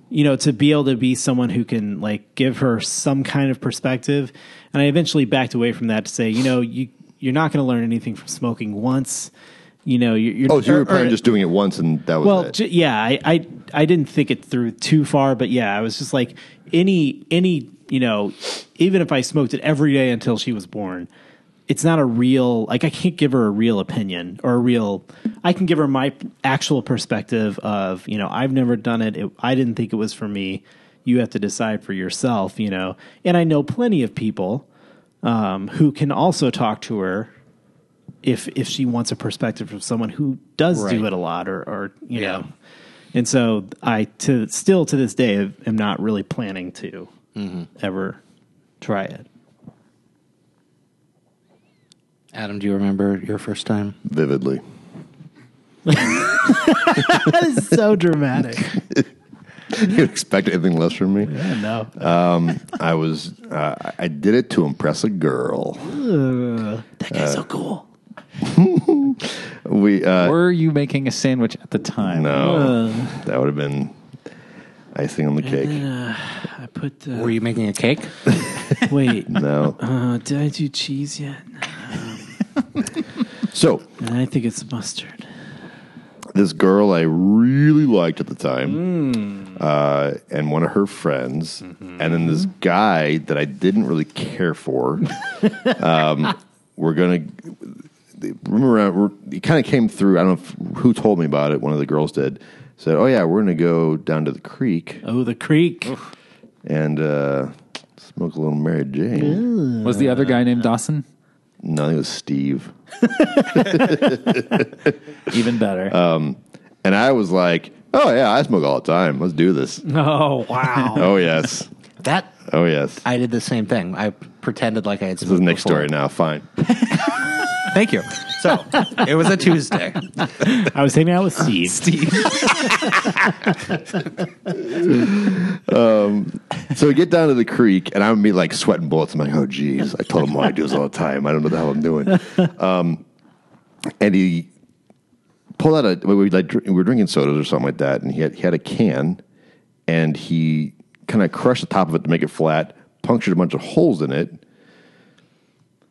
S5: You know, to be able to be someone who can like give her some kind of perspective. And I eventually backed away from that to say, you know, you you're not going to learn anything from smoking once. You know, you're, you're
S4: Oh, so you
S5: or-
S4: were
S5: or-
S4: planning just doing it once, and that was
S5: well,
S4: it.
S5: j- yeah, I, I I didn't think it through too far, but yeah, I was just like any any you know, even if I smoked it every day until she was born, it's not a real like I can't give her a real opinion or a real. I can give her my p- actual perspective of you know I've never done it. it I didn't think it was for me. You have to decide for yourself, you know. And I know plenty of people um, who can also talk to her if if she wants a perspective from someone who does do
S3: Right.
S5: it a lot or or you
S3: Yeah.
S5: know and so i to still to this day am not really planning to
S3: Mm-hmm.
S5: ever try it
S3: Adam, do you remember your first time?
S4: vividly.
S5: [laughs]
S4: [laughs]
S5: That is so dramatic. [laughs]
S4: you expect anything less from me? Um,
S5: no.
S4: I was uh, I- I did it to impress a girl.
S5: That guy's so cool.
S4: We uh,
S6: [laughs] Were you making a sandwich at the time?
S4: no, that would have been icing on the cake.
S5: I put the.
S3: Were you making a cake?
S5: Wait.
S4: No,
S5: Uh, did I do cheese yet?
S4: so
S5: And I think it's mustard.
S4: this girl I really liked at the time, uh, and one of her friends, and then this guy that I didn't really care for. um, we're gonna remember uh, it kind of came through. I don't know if, who told me about it. One of the girls did. Said, "Oh yeah, we're gonna go down to the creek
S5: Oh, the creek.
S4: and uh, smoke a little Mary Jane."
S6: Was the other guy named Dawson?
S4: No, I think it was Steve.
S6: Even better.
S4: And I was like, "Oh yeah, I smoke all the time. Let's do this."
S5: Oh, wow.
S4: oh yes,
S3: [laughs] That
S4: oh yes.
S3: I did the same thing. I pretended like I had.
S4: this is Nick's story now. Fine.
S3: Thank you. So it was a Tuesday.
S5: I was hanging out with Steve. Steve.
S4: So we get down to the creek, and I'm be like sweating bullets. I'm like, oh geez, I told him what I do this all the time. I don't know what the hell I'm doing. Um, and he pulled out a we were, like, dr- we were drinking sodas or something like that, and he had, he had a can, and he kind of crushed the top of it to make it flat, punctured a bunch of holes in it,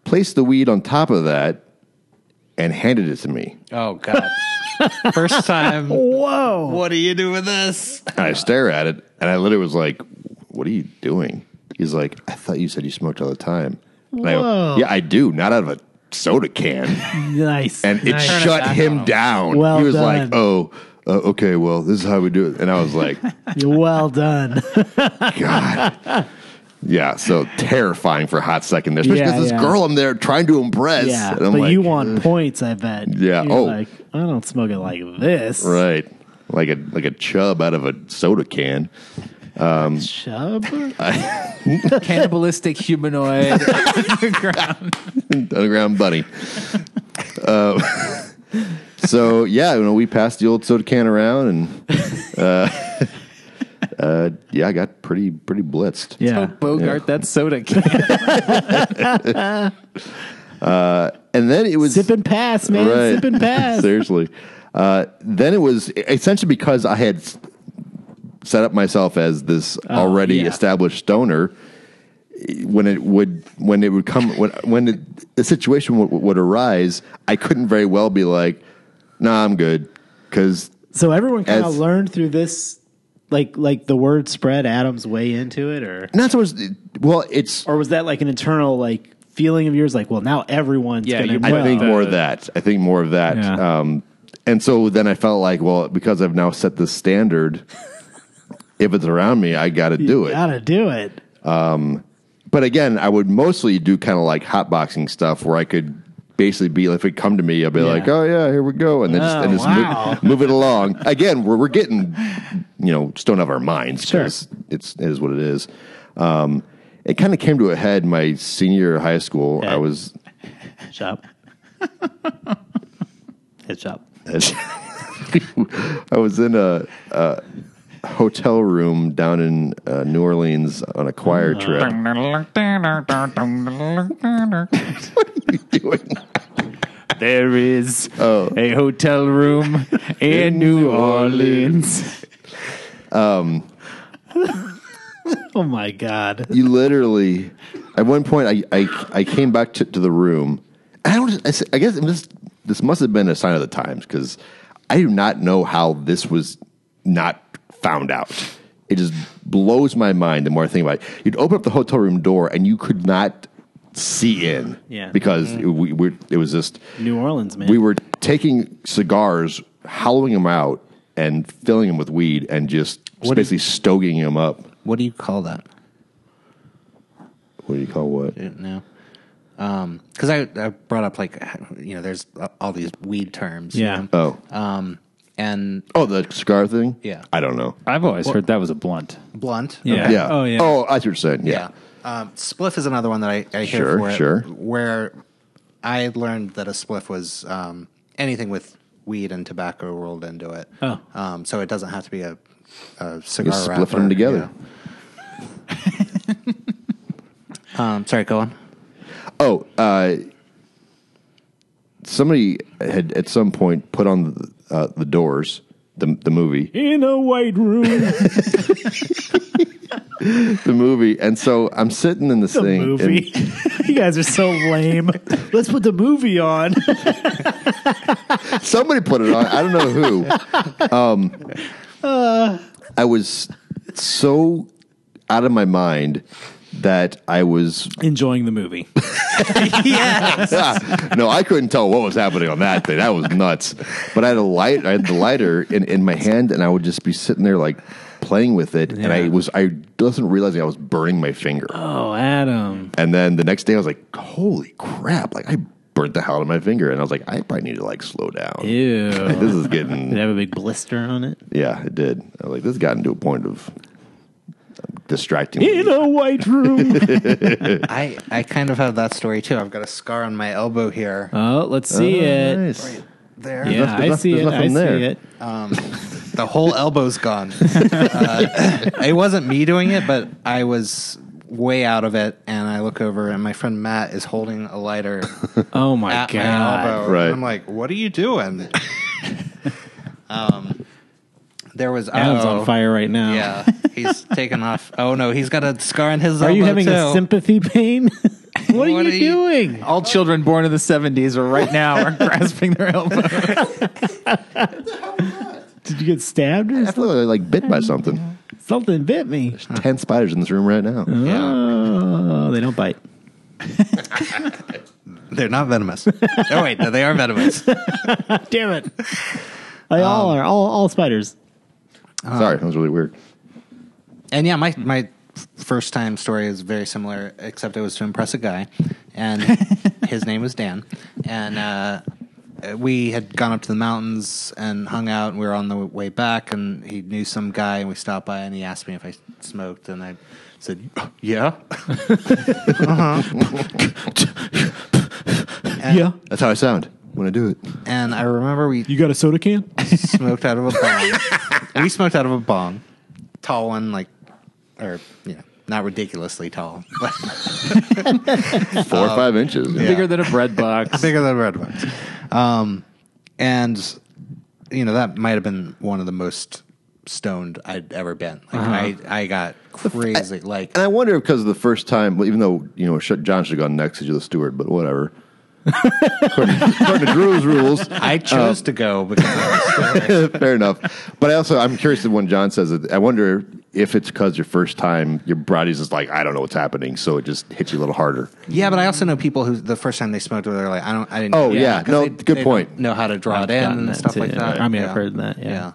S4: placed the weed on top of that, and handed it to me.
S3: Oh God! [laughs] First time. Whoa! What do you do with this?
S4: And I stare at it, and I literally was like, "What are you doing?" He's like, "I thought you said you smoked all the time." And I go, yeah, I do, not out of a soda
S5: [laughs]
S4: can.
S5: Nice.
S4: And it
S5: nice.
S4: shut him down.
S5: Well
S4: he was
S5: done.
S4: like, "Oh, uh, okay, well, this is how we do it." And I was
S5: [laughs]
S4: like, [laughs]
S5: well done.
S4: "God." Yeah, so terrifying for a hot second there, especially
S5: Yeah,
S4: because this
S5: yeah.
S4: girl I'm there trying to impress.
S5: Yeah,
S4: and I'm
S5: but you
S4: like,
S5: want points, I bet.
S4: Yeah,
S5: You're
S4: oh.
S5: like I don't smoke it like this,
S4: right, like a like a chub out of a soda can.
S5: Chub.
S4: [laughs]
S6: Cannibalistic [laughs] humanoid.
S4: underground bunny. [laughs] Uh, [laughs] so yeah, you know, we passed the old soda can around, and uh, [laughs] uh, yeah, I got pretty pretty blitzed.
S5: Yeah,
S6: Bogart, that soda can.
S4: and then it was
S5: sip and pass, man.
S4: Right. [laughs]
S5: Sip and pass.
S4: Seriously. Uh, then it was essentially because I had s- set up myself as this already
S5: Oh, yeah.
S4: established stoner. eh, When it would, when it would come, when when it, the situation would, would arise, I couldn't very well be like, "Nah, I'm good," because
S5: So everyone kind of
S4: As-
S5: learned through this, like like the word spread Adam's way into it, or
S4: not so much. Well, it's
S5: or was that like an internal like feeling of yours? Like, well, now everyone's
S6: Yeah,
S5: gonna.
S6: you-
S4: I
S5: know.
S4: think
S6: the-
S4: more of that. I think more of that.
S6: Yeah.
S4: Um, and so then I felt like, well, because I've now set this standard, if it's around me, I got to do it.
S5: Gotta do it.
S4: But again, I would mostly do kind of like hotboxing stuff where I could basically be, if it come to me, I'd be like, oh yeah, here we go, and then just, and
S5: Oh,
S4: just
S5: wow.
S4: move, move it along. Again, we're we're getting, you know, stoned out of our minds because it's it is what it is. Um, it kind of came to a head my senior year of high school. I
S5: Okay.
S4: was
S5: [laughs] Shop. Hit shop.
S4: [laughs] I was in a, a hotel room down in uh, New Orleans on a choir
S5: Uh-huh.
S4: trip. Doing-
S6: There is
S4: Oh.
S6: a hotel room Oh. [laughs] in New Orleans.
S5: [laughs] Oh my god.
S4: you literally, at one point, I, I, I came back to, to the room. I don't. I, s- I guess this this must have been a sign of the times because I do not know how this was not found out. It just blows my mind the more I think about it. You'd open up the hotel room door and you could not see in
S5: Yeah.
S4: because it, we, we, it was just
S5: New Orleans, man.
S4: we were taking cigars, hollowing them out, and filling them with weed, and just basically stoging them up.
S3: What do you call that?
S4: What do you call what?
S3: No. Because Um, I, I brought up like you know, there's all these weed terms. you
S5: Yeah.
S3: know?
S4: Oh,
S3: Um, and
S4: oh, the cigar thing.
S3: Yeah.
S4: I don't know.
S6: I've always heard that was a blunt.
S3: blunt.
S6: Yeah.
S4: Yeah.
S5: Oh, yeah.
S4: Oh, I see what you're saying. Yeah.
S3: Um, spliff is another one that I, I hear
S4: Sure,
S3: for it,
S4: sure.
S3: where I had learned that a spliff was um, anything with weed and tobacco rolled into it.
S5: Oh.
S3: Um, so it doesn't have to be a, a
S4: You're
S3: cigar wrapper.
S4: spliffing them
S3: yeah.
S4: together.
S3: [laughs] Um, sorry, go on.
S4: Oh, uh, somebody had at some point put on the, uh, the Doors, the the movie,
S5: In a white room.
S4: the movie, and so I'm sitting in this
S5: the
S4: thing. and-
S5: movie. [laughs] you guys are so lame. Let's put the movie on. [laughs]
S4: Somebody put it on. I don't know who. Um,
S5: [laughs] Uh.
S4: I was so out of my mind that I was.
S5: Enjoying the movie.
S4: no, I couldn't tell what was happening on that thing. That was nuts. But I had a light. I had the lighter in, in my hand, and I would just be sitting there like playing with it, and I was I wasn't realizing I was burning my finger.
S5: Oh, Adam.
S4: And then the next day, I was like, "Holy crap!" Like I burnt the hell out of my finger, and I was like, "I probably need to like slow down."
S5: Ew.
S4: Like,
S5: Did
S4: this is
S5: [laughs] it
S4: getting
S5: have a big blister on it?
S4: yeah, it did. I was like, "This has gotten to a point of um, distracting." me.
S5: In a white [laughs] room.
S3: I, I kind of have that story too. I've got a scar on my elbow here.
S5: oh, let's see it.
S4: Nice.
S3: there.
S5: Yeah,
S4: nothing-
S5: I
S4: there's
S5: see it.
S4: nothing
S5: I
S4: there.
S5: see it.
S3: The whole elbow's
S5: [laughs]
S3: gone. uh, it wasn't me doing it, but I was way out of it, and I look over, and my friend Matt is holding a
S5: [laughs]
S3: lighter
S5: Oh my
S3: at
S5: god.
S3: my elbow.
S4: Right.
S3: And I'm like, what are you doing?
S5: [laughs]
S3: um, there was
S5: Adam's
S3: oh,
S5: on fire right now.
S3: Yeah, he's taken off. Oh no, he's got a scar on his
S5: Are
S3: elbow.
S5: you having a
S3: too.
S5: sympathy pain? what,
S3: What
S5: are
S3: are
S5: you
S3: you-
S5: doing?
S6: All children born in the 70s are right now are [laughs] grasping their elbow.
S5: Did you get stabbed or
S4: I feel like I like bit by something.
S5: something? Bit me.
S4: There's ten spiders in this room right now.
S3: Yeah,
S5: Oh, they don't bite.
S3: they're not venomous. oh wait, no, they are
S5: [laughs]
S3: venomous.
S5: Damn it! They all are all, all spiders.
S4: Sorry, that was really weird.
S3: And yeah, my my first time story is very similar, except it was to impress a guy, and his name was Dan, and uh, we had gone up to the mountains and hung out, and we were on the way back, and he knew some guy, and we stopped by, and he asked me if I smoked, and I said, "Oh, "Yeah." And-
S5: yeah,
S4: That's how I sound when I do it.
S3: And I remember we
S5: you got a soda [laughs] can.
S3: smoked out of a bong. we smoked out of a bong, tall one, like, or you know, not ridiculously tall, but
S4: Four
S3: Um,
S4: or five inches.
S6: Bigger than a bread [laughs] box.
S3: bigger than red ones. Um, and you know that might have been one of the most stoned I'd ever been. Like I, I got crazy. like
S4: And I wonder because the first time, well, even though you know should- John should have gone next because you're the steward, but whatever. according, according to Drew's rules,
S3: [laughs]
S4: Uh,
S3: I chose to go because
S4: [laughs] fair enough. But I also I'm curious that when John says it, I wonder if it's because your first time, your body's just like I don't know what's happening, so it just hits you a little harder.
S3: [laughs] yeah, but I also know people who the first time they smoked, it, they're like, I don't, I didn't.
S4: Oh,
S3: do that,"
S4: yeah.
S3: 'cause
S4: No,
S3: they-
S4: good
S3: they don't
S4: point.
S3: Know how to draw it in
S5: gotten
S3: and
S5: that
S3: stuff
S5: too.
S3: like that.
S5: I mean, I've heard that, yeah.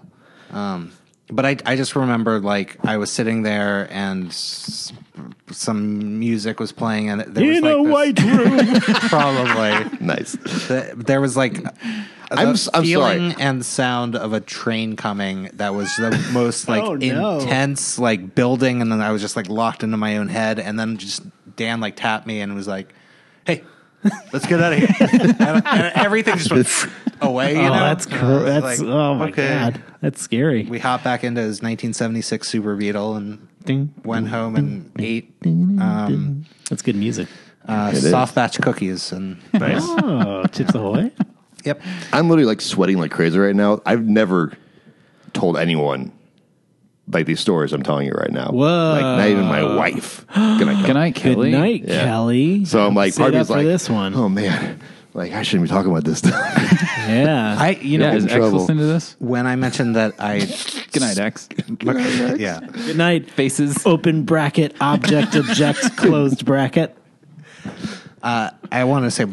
S3: Um, but I, I just remember like I was sitting there and s- some music was playing and there was
S5: In
S3: like
S5: a
S3: this-
S5: white room.
S3: [laughs] probably
S4: Nice.
S3: Th- there was like [clears throat] the
S4: I'm s- I'm
S3: feeling
S4: sorry.
S3: and sound of a train coming that was the most like
S5: Oh, no.
S3: intense like building and then i was just like locked into my own head and then just dan like tapped me and was like hey [laughs] let's get out of here [laughs] and, and everything just [laughs] went away you
S5: [laughs] oh,
S3: know?
S5: that's
S3: And [laughs] I
S5: cr-
S3: was
S5: that's
S3: like,
S5: oh my
S3: okay.
S5: god, that's scary.
S3: we hopped back into his 1976 super beetle and
S5: Ding.
S3: went home and ate um,
S5: That's good music.
S3: uh,
S4: is.
S3: soft batch cookies and
S4: Nice.
S5: Oh, [laughs] Chips Ahoy.
S3: [laughs] yep
S4: I'm literally like sweating like crazy right now. I've never told anyone like these stories I'm telling you right now.
S5: Whoa.
S4: Like not even my wife.
S3: [gasps]
S4: Good night.
S6: Good night,
S5: Good
S6: Kelly.
S5: night,
S4: Yeah.
S5: Kelly.
S4: So I'm like,
S5: Save
S4: part of
S5: that
S4: me's
S5: for
S4: like,
S5: this one.
S4: Oh man, like I shouldn't be talking about this stuff. [laughs]
S5: yeah.
S3: i you know
S6: Yeah, is
S4: in
S6: X
S4: trouble.
S6: listening to this?
S3: when i mentioned that i
S6: Good night, [laughs] X.
S4: [laughs]
S6: Oh.
S3: yeah
S5: good night.
S6: Faces.
S5: Open bracket. Object. Object. closed bracket.
S3: I want to say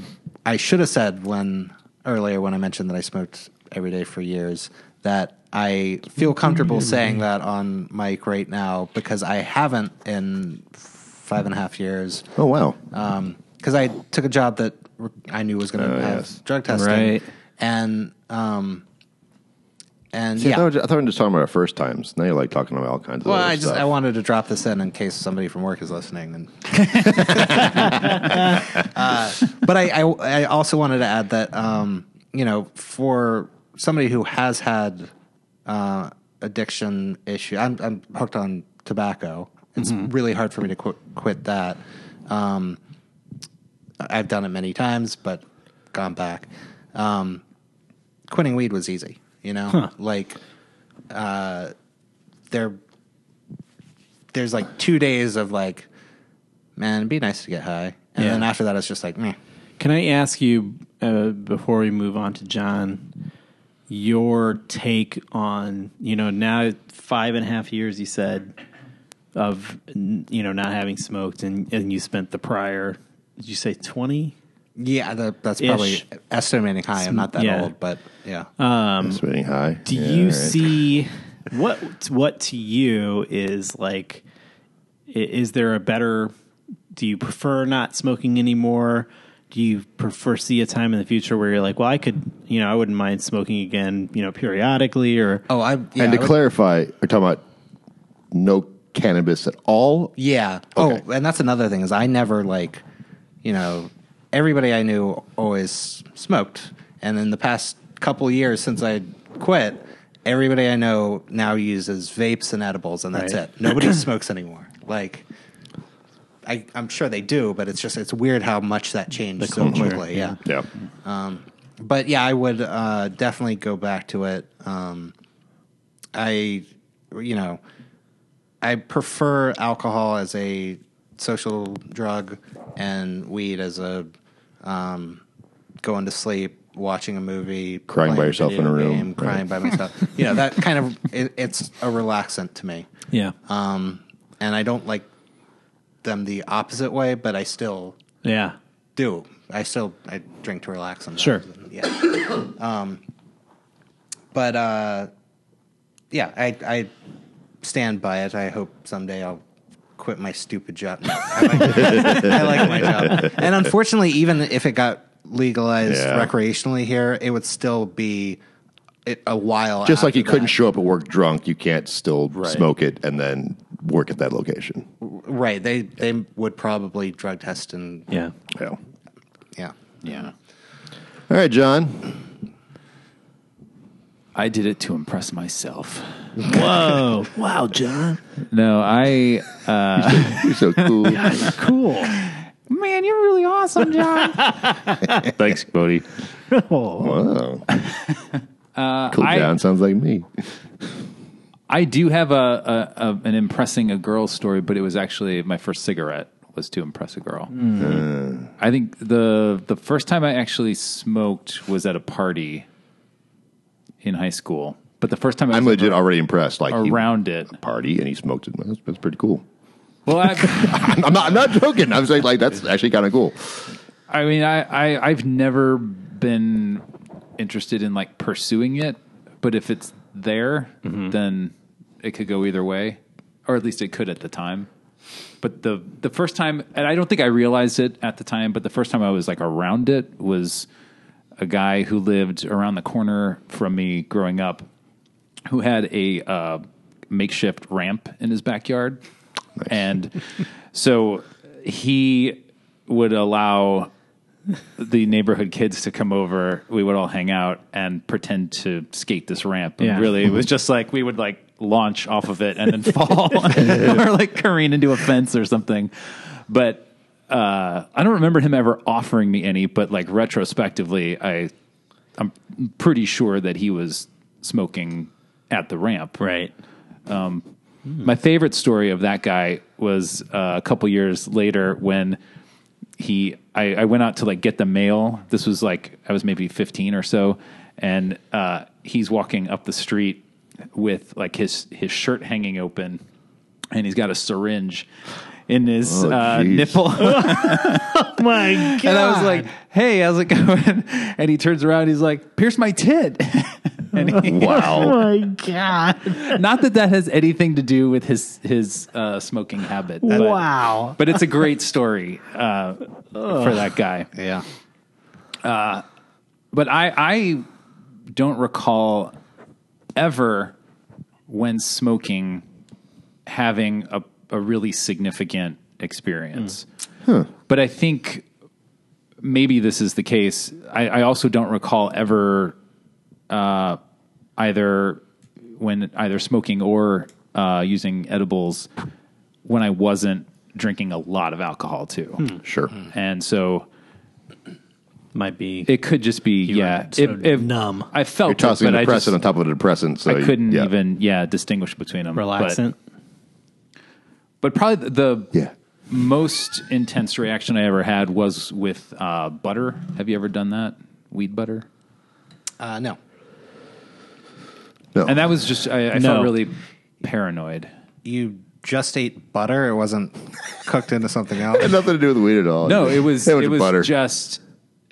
S3: I should have said when earlier when I mentioned that I smoked every day for years that I feel comfortable
S4: Mm-hmm.
S3: saying that on mic right now because I haven't in five and a half years
S4: oh wow.
S3: Uh, because I took a job that I knew was going to
S4: Oh,
S3: have
S4: yes.
S3: drug testing
S6: Right.
S3: and um, And
S4: See, I,
S3: yeah,
S4: thought, I thought we were just talking about our first times. Now you're like talking about all kinds of
S3: well,
S4: other
S3: I just
S4: stuff.
S3: I wanted to drop this in in case somebody from work is listening. And Uh, but I, I I also wanted to add that um, you know for somebody who has had uh, addiction issue, I'm I'm hooked on tobacco. It's
S4: Mm-hmm.
S3: really hard for me to qu- quit that. Um, I've done it many times, but gone back. Um, quitting weed was easy, you know. Like, uh, there, there's like two days of like, man, it'd be nice to get high, and
S5: Yeah.
S3: then after that, it's just like, meh.
S5: Can I ask you uh, before we move on to John, your take on you know now five and a half years you said of n- you know not having smoked and and you spent the prior did you say twenty
S3: Yeah, the, that's
S5: Ish.
S3: probably estimating high. I'm not that
S5: Yeah. Uh,
S3: old, but yeah.
S4: It's really high.
S5: Do you see what what to you is like? i- Is there a better? Do you prefer not smoking anymore? Do you prefer see a time in the future where you're like, well, I could, you know, I wouldn't mind smoking again, you know, periodically or
S3: oh, I yeah,
S4: and
S3: I
S4: to
S3: would-
S4: clarify, we're talking about no cannabis at all.
S3: yeah.
S4: Okay.
S3: Oh, and that's another thing is I never like, you know, everybody I knew always smoked, and in the past couple years since I quit, everybody I know now uses vapes and edibles, and that's
S5: Right.
S3: it. Nobody smokes anymore. Like. I, I'm sure they do, but it's just it's weird how much that changed so quickly. Yeah.
S4: Yeah.
S3: but yeah, I would uh, definitely go back to it. Um, I, you know, I prefer alcohol as a social drug and weed as a um, going to sleep, watching a movie,
S4: Crying by
S3: playing a
S4: yourself in
S3: video
S4: a room,
S3: game, crying
S4: right.
S3: by myself. you know, that kind of [laughs] it, it's a relaxant to me,
S5: yeah,
S3: and I don't like them the opposite way, but I still
S5: yeah,
S3: do. I still I drink to relax. Sometimes.
S5: Sure.
S3: Yeah. [coughs] um, but uh, yeah, I I stand by it. I hope someday I'll quit my stupid job. No, I like, I like my job, and unfortunately, even if it got legalized
S4: Yeah.
S3: recreationally here, it would still be it, a while.
S4: Just like
S3: after
S4: you couldn't
S3: that.
S4: show up at work drunk, you can't still smoke it and then work at that location.
S3: right? They they would probably drug test and
S5: yeah.
S4: Yeah. All
S3: yeah.
S6: Yeah.
S4: right, John.
S6: I did it to impress myself.
S5: Whoa, wow, John,
S6: No, I.
S4: You're so cool.
S5: cool.
S6: Man, you're really awesome, [laughs] John.
S4: Thanks, buddy.
S5: Oh,
S4: Wow. cool,
S6: I-
S4: John. Sounds like me.
S6: I do have a, a, a an impressing a girl story, but it was actually my first cigarette was to impress a girl.
S4: Hmm.
S6: I think the the first time I actually smoked was at a party in high school. But the first time I
S4: I'm
S6: was
S4: legit already impressed. Like he- [laughs]
S6: around it,
S4: party and he smoked it. That's, that's pretty cool. [laughs]
S6: well, [laughs] I,
S4: I'm, I'm not. I'm not joking. I'm saying like that's actually kind of cool.
S6: I mean, I, I I've never been interested in like pursuing it, but if it's there, then it could go either way, or at least it could at the time. But the the first time, and I don't think I realized it at the time, but the first time I was like around it was a guy who lived around the corner from me growing up, who had a uh, makeshift ramp in his backyard, and so he would allow the neighborhood kids to come over. We would all hang out and pretend to skate this ramp. And
S5: Yeah.
S6: really, it was just like we would like launch off of it and then fall [laughs] or like careen into a fence or something. But uh, I don't remember him ever offering me any. But like retrospectively, I I'm pretty sure that he was smoking at the ramp.
S5: right.
S6: My favorite story of that guy was uh, a couple years later when he I, I went out to like get the mail. This was like I was maybe 15 or so, and uh, he's walking up the street with like his his shirt hanging open, and he's got a syringe in his
S4: Oh,
S6: uh,
S4: geez.
S6: nipple.
S5: My God,
S6: And I was like, "Hey, how's it going?" [laughs] And he turns around. He's like, "Pierce my tit." [laughs] and
S4: [laughs]
S6: he, [laughs]
S4: Wow.
S5: my God,
S6: not that that has anything to do with his his uh, smoking habit. but-
S5: wow.
S6: but it's a great story uh, for that guy. Uh,
S3: Yeah.
S6: But I I don't recall ever when smoking having a, a really significant experience. But I think maybe this is the case. I, I also don't recall ever uh, either when either smoking or uh, using edibles when I wasn't drinking a lot of alcohol too.
S4: Sure.
S6: And so
S5: might be
S6: it could just be yeah.
S5: so
S6: it, it-
S8: numb.
S6: I felt
S4: You're tossing
S6: it,
S4: a
S6: but I
S4: depressant
S6: just-
S4: on top of a depressant. So
S6: I couldn't
S4: yeah.
S6: even yeah distinguish between them.
S5: relaxant.
S6: but, but probably the
S4: Yeah.
S6: most intense reaction I ever had was with uh, butter. Have you ever done that? Weed butter,
S3: Uh, no.
S4: No.
S6: and that was just I, I
S5: No.
S6: felt really paranoid.
S3: You just ate butter. It wasn't cooked into something else.
S4: [laughs] had nothing to do with weed at all.
S6: No, it was
S4: That
S6: it was
S4: butter.
S6: just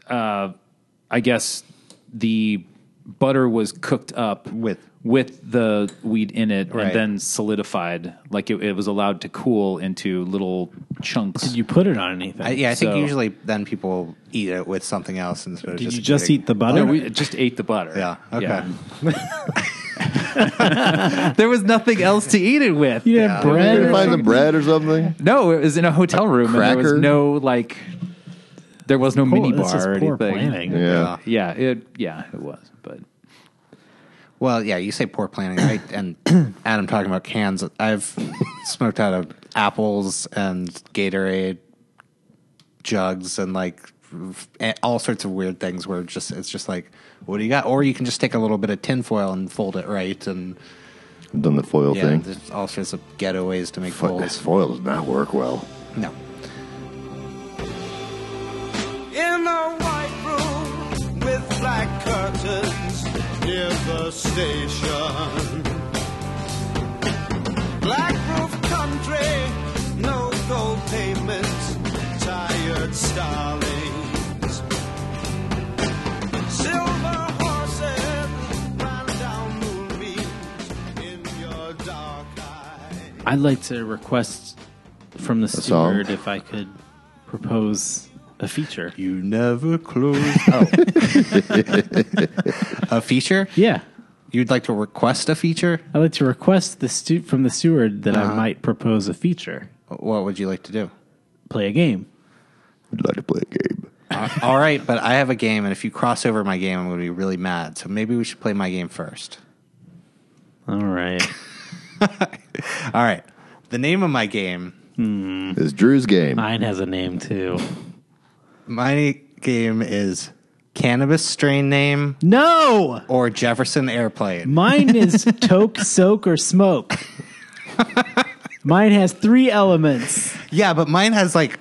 S6: uh, I guess the butter was cooked up
S3: With-
S6: with the weed in it
S3: Right.
S6: and then solidified like it, it was allowed to cool into little chunks.
S5: Did you put it on anything?
S3: I, yeah, I think
S6: So-
S3: usually then people eat it with something else instead of
S5: Did
S3: just
S5: you just
S3: eating-
S5: eat the butter?
S6: No, we just ate the butter.
S3: Yeah. Okay.
S6: [laughs] there was nothing else to eat it with.
S5: you didn't
S3: Yeah.
S5: have
S4: You
S5: bread.
S4: couldn't
S5: or
S4: find
S5: something?
S4: some bread or something.
S6: No, it was in a hotel room. and there was
S4: cracker?
S6: no like. There was no mini
S5: Oh, this is
S6: bar or
S5: poor
S6: anything.
S5: planning.
S4: Yeah.
S6: Yeah. It. Yeah. It was. But
S3: Well, yeah, you say poor planning,
S5: [coughs]
S3: right? And Adam talking about cans. I've smoked out of apples and Gatorade jugs and like f- and all sorts of weird things where it's just it's just like what do you got? Or you can just take a little bit of tinfoil and fold it right and
S4: I've done the foil
S3: yeah,
S4: thing.
S3: there's all sorts of getaways to make
S4: Fuck,
S3: bowls.
S4: this foil does not work well.
S3: No.
S2: In a white room with black curtains near the station. Black roof country, no gold payments, tired starlings. Silver horses ran down moonbeams in your dark eyes.
S5: I'd like to request from the
S4: song?
S5: steward if I could propose a feature.
S3: You never close
S5: [laughs]
S3: Oh. [laughs] a feature?
S5: Yeah,
S3: You'd like to request a feature?
S5: I'd like to request the stu- from the steward that I might propose a feature.
S3: What would you like to do?
S5: Play a game.
S4: I'd like to play a game.
S6: Um,
S3: All right, but I have a game, and if you cross over my game, I'm going to be really mad. So maybe we should play my game first.
S5: All right.
S3: All right. The name of my game,
S4: It's Drew's game.
S5: Mine has a name too.
S3: my game is Cannabis Strain Name
S5: No,
S3: or Jefferson Airplane.
S5: mine is toke, soak, or smoke. mine has three elements.
S3: Yeah, but mine has like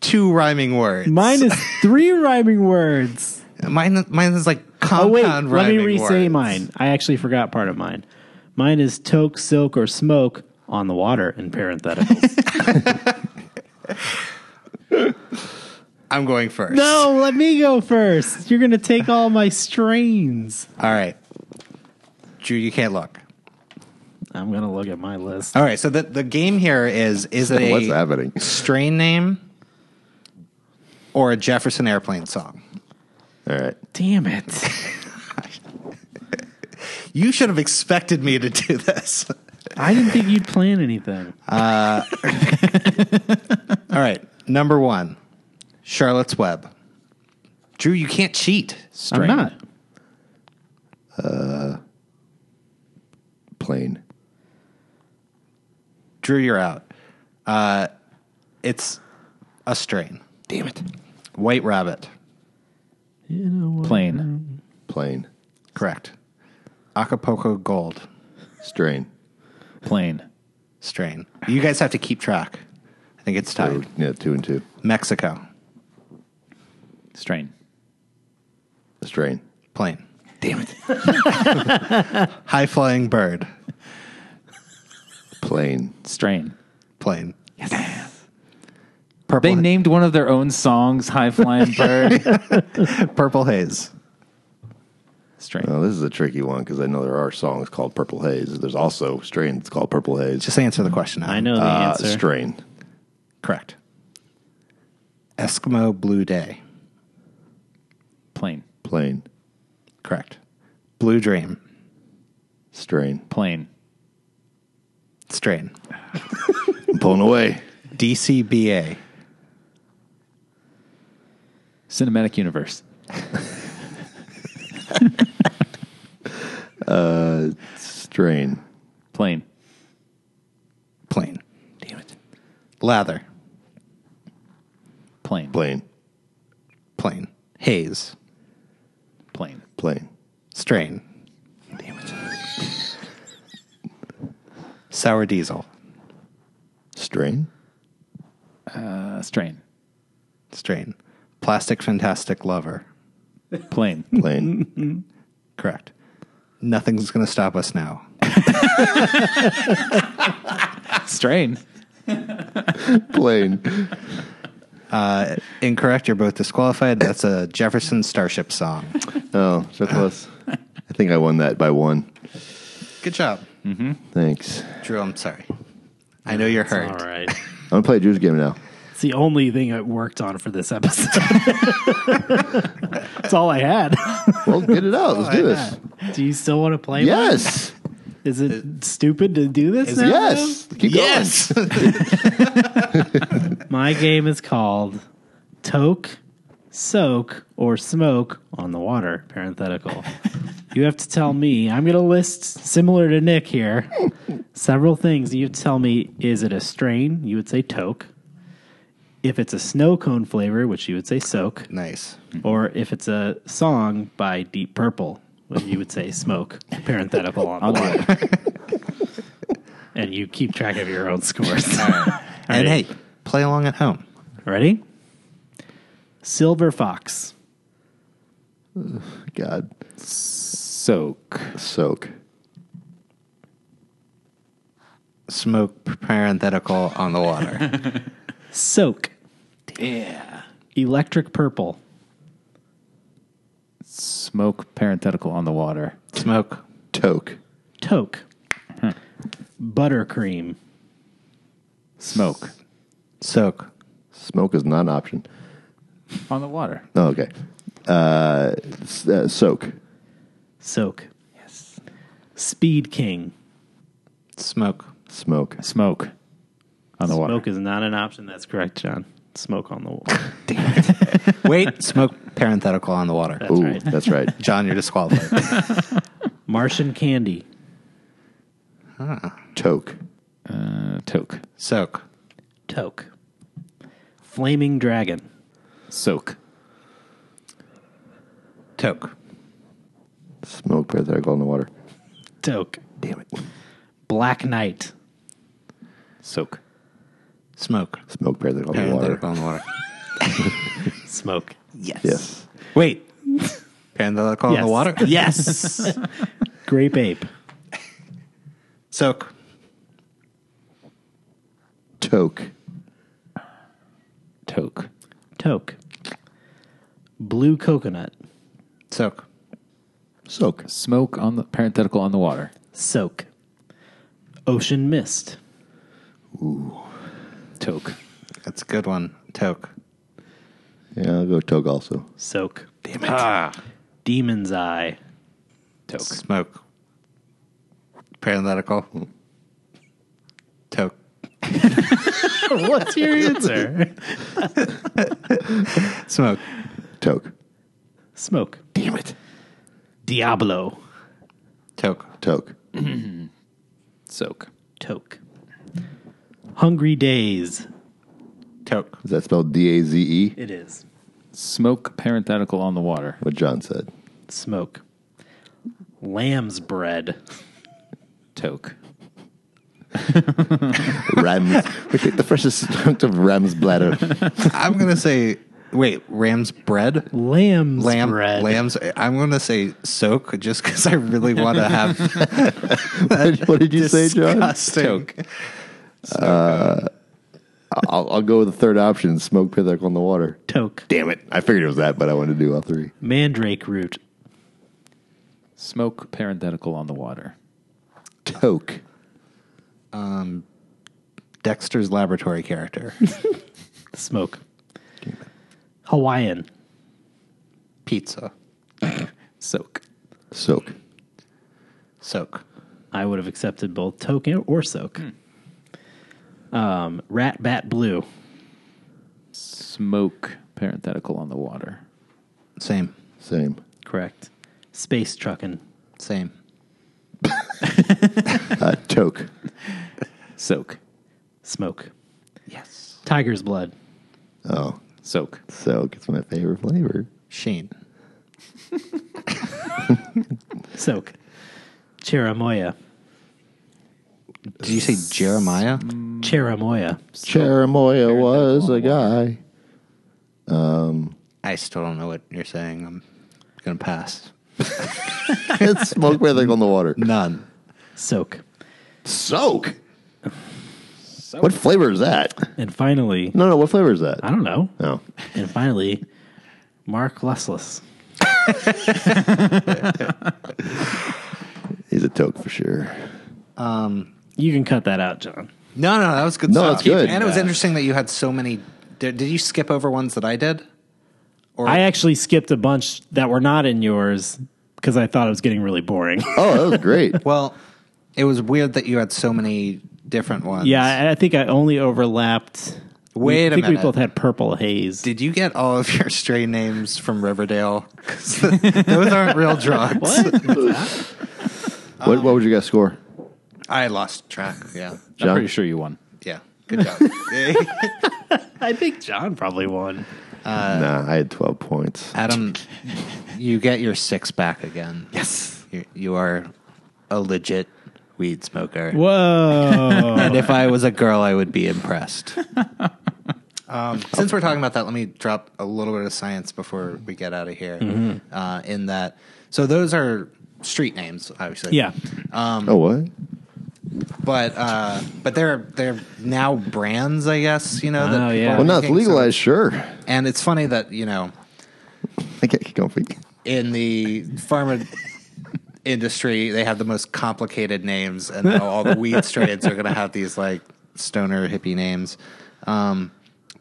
S3: two rhyming words.
S5: Mine is three rhyming words.
S3: mine, mine is like
S5: Oh
S3: compound rhyming
S5: wait, let me re-say
S3: words.
S5: mine. I actually forgot part of mine. Mine is toke, soak, or smoke on the water in parentheticals.
S3: I'm going first.
S5: [laughs] no, let me go first. You're gonna take all my strains.
S3: All right. Drew, you can't look.
S5: I'm gonna look at my list.
S3: All right, so the, the game here is is it
S4: What's
S3: a
S4: happening? [laughs]
S3: strain name or a Jefferson Airplane song?
S4: All right.
S5: Damn it.
S3: You should have expected me to [laughs] do this.
S5: I didn't think you'd plan anything.
S3: All right. Number one, Charlotte's Web. Drew, you can't cheat.
S5: I'm not.
S4: Plane.
S3: Drew, you're out. Uh, it's a strain. Damn it. White Rabbit.
S5: You know what?
S6: plain.
S4: Plane.
S3: Correct. Acapulco Gold.
S4: Strain.
S6: Plain.
S3: Strain. You guys have to keep track. I think it's
S4: Two,
S3: tied.
S4: Oh, yeah, two and two.
S3: Mexico.
S6: Strain.
S4: Strain.
S3: Plane. Damn it. [laughs] High Flying Bird.
S4: Plane.
S6: Strain.
S3: Plane. Yes.
S6: They
S3: Purple,
S6: named one of their own songs "High Flying Bird."
S3: Purple Haze.
S6: Strain.
S4: Well, this is a tricky one because I know there are songs called Purple Haze. There's also strain that's called Purple Haze.
S3: Just answer the question. Adam.
S5: I know the
S4: uh,
S5: answer.
S4: strain.
S3: Correct. Eskimo Blue Day.
S6: Plain.
S4: Plane.
S3: Correct. Blue Dream.
S4: Strain.
S6: Plain.
S3: Strain.
S4: I'm pulling away.
S3: DCBA.
S6: Cinematic universe.
S4: Strain.
S6: Plain.
S3: Plain. Damn it. Lather.
S6: Plain.
S4: Plain.
S3: Plain. Haze.
S6: Plain.
S4: Plain.
S3: Strain. Damn it. Sour diesel.
S4: Strain.
S6: Uh, strain.
S3: Strain. Plastic fantastic lover.
S6: Plain.
S3: [laughs]
S4: Plain.
S3: Correct. Nothing's going to stop us now.
S6: strain.
S4: Plain.
S3: Incorrect. You're both disqualified. That's a Jefferson Starship song.
S4: Oh, so close. I think I won that by one.
S3: Good job.
S4: Thanks.
S3: Drew, I'm sorry. I know you're hurt.
S5: All right.
S4: I'm gonna play Drew's game now.
S5: It's the only thing I worked on for this [laughs] episode. That's all I had.
S4: Well, get it
S3: [laughs]
S4: out.
S3: Oh,
S4: Let's do this.
S5: Do you still want to play? one?
S4: Yes.
S5: Is it stupid to do this? now?
S4: Yes. Keep
S3: Yes.
S5: My game is called Toke, Soak, or Smoke on the Water, parenthetical. you have to tell me, I'm going to list, similar to Nick here, several things. You tell me, is it a strain? You would say Toke. If it's a snow cone flavor, which you would say Soak.
S3: nice.
S5: Or if it's a song by Deep Purple, which you would say Smoke, parenthetical on the water. and you keep track of your own scores.
S3: And hey, play along at home.
S5: Ready? Silver Fox.
S4: going. God.
S6: Soak.
S4: Soak.
S3: Smoke parenthetical on the
S5: [laughs]
S3: water.
S5: Soak. Yeah. Electric Purple.
S6: Smoke parenthetical on the water.
S3: Smoke.
S4: Toke.
S5: Toke. Buttercream.
S6: Smoke
S3: Soak.
S4: Smoke is not an option.
S6: on the water.
S4: Oh, okay. Uh, s- uh, soak.
S5: Soak. Yes. Speed King.
S3: Smoke.
S4: Smoke.
S6: Smoke on the water.
S5: Smoke is not an option. That's correct, John. Smoke on the wall. [laughs]
S3: Wait, smoke parenthetical on the water.
S4: Ooh, that's right. [laughs]
S3: John, you're
S5: [laughs]
S3: disqualified.
S5: Martian Candy.
S4: Toke.
S6: Uh, toke.
S3: Soak.
S5: Toke. Flaming Dragon.
S6: Soak.
S3: Toke.
S4: Smoke parenthetical in the water.
S5: Toke.
S4: Damn it.
S5: Black Knight.
S6: Soak.
S3: Smoke.
S4: Smoke parenthetical in the
S3: Parenthetical on
S4: water.
S3: the water.
S5: Smoke.
S4: Yes.
S3: Wait. Parenthetical on
S5: Yes.
S3: the water? [laughs]
S5: Yes. [laughs] Grape Ape.
S3: Soak.
S4: Toke.
S6: Toke.
S5: Toke. Blue Coconut.
S3: Soak.
S4: Soak.
S6: Smoke on the parenthetical on the water.
S5: Soak. Ocean Mist.
S6: Toke.
S3: That's a good one. Toke.
S4: Yeah, I'll go toke also.
S5: Soak. Damn it. Demon's Eye.
S6: Ah. Toke.
S3: Smoke. Parenthetical. Toke.
S5: [laughs] What's your answer?
S3: Smoke.
S4: Toke.
S5: Smoke.
S4: Damn it.
S5: Diablo.
S3: Toke.
S4: Toke.
S6: Soak.
S5: Toke. Hungry Days.
S3: Toke.
S4: Is that spelled D A Z E?
S5: It is.
S6: Smoke parenthetical on the water.
S4: What John said.
S5: Smoke. Lamb's Bread.
S6: Toke.
S4: [laughs] Rams. we take the freshest chunk of ram's [laughs] bladder.
S3: I'm going to say, wait, ram's bread?
S5: Lamb's
S3: Lamb,
S5: Bread.
S3: lambs. I'm going to say soak just because I really want to have
S4: what did you say, John?
S3: disgusting.
S4: I'll, I'll go with the third option: smoke parenthetical in the water.
S5: Toke.
S4: Damn it! I figured it was that, but I wanted to do all three.
S5: Mandrake Root.
S6: Smoke parenthetical on the water.
S4: Toke.
S3: Dexter's laboratory character.
S5: Smoke. Hawaiian.
S3: Pizza.
S6: Soak.
S4: Soak.
S3: Soak.
S5: I would have accepted both toke and- or soak. Um, rat bat blue.
S6: Smoke parenthetical on the water.
S3: Same.
S4: Same.
S5: Correct. Space trucking.
S3: Same.
S4: Uh, toke.
S6: Soak.
S5: Smoke. Yes. Tiger's blood.
S4: Oh,
S6: Soak.
S4: soak. It's my favorite flavor.
S3: Sheen.
S5: Soak. Cherimoya.
S3: Did you say Jeremiah?
S5: Cherimoya.
S4: Cherimoya was a [laughs] guy.
S3: I still don't know what you're saying. I'm going to pass.
S4: it's smoke breathing on the water.
S3: None.
S5: Soak.
S4: Soak. What flavor is that?
S5: And finally,
S4: No, no. What flavor is that?
S5: I don't know.
S4: No.
S5: And finally, Mark Lustless.
S4: He's a toke for sure.
S5: You can cut that out, John.
S3: No, no, that was good
S4: No,
S3: stuff.
S4: that's good.
S3: And it was
S4: Yeah.
S3: interesting that you had so many. Did, did you skip over ones that I did? Or
S5: I actually skipped a bunch that were not in yours because I thought it was getting really boring. [laughs]
S4: Oh, that was
S6: [laughs]
S4: great.
S3: Well, it was weird that you had so many different ones.
S5: yeah, I, I think I only overlapped.
S3: Wait
S5: I
S3: a
S5: think
S3: minute.
S5: we both had purple haze.
S3: Did you get all of your [laughs] stray names from Riverdale? 'Cause [laughs] those aren't real drugs.
S4: what, what would you guys score?
S3: I lost track. Yeah.
S4: John?
S6: I'm pretty sure you won.
S3: Yeah. Good
S5: [laughs]
S3: job.
S5: I think John probably won.
S4: nah, I had 12 points.
S3: Adam, you get your six back again.
S5: Yes.
S3: You, you are a legit weed smoker.
S5: Whoa.
S3: And if I was a girl, I would be impressed. [laughs] Um, since we're talking about that, let me drop a little bit of science before we get out of here. Uh, in that, so those are street names, obviously.
S5: yeah.
S6: Um,
S4: oh, what?
S3: but uh, but they're they're now brands, I guess. You know that.
S5: Oh,
S3: people
S5: yeah.
S3: are
S4: Well, now it's
S3: making, so-
S4: legalized, sure.
S3: and it's funny that you know
S4: I can't keep going.
S3: in the pharma industry they have the most complicated names, and now all the weed strains are going to have these like stoner hippie names. Um,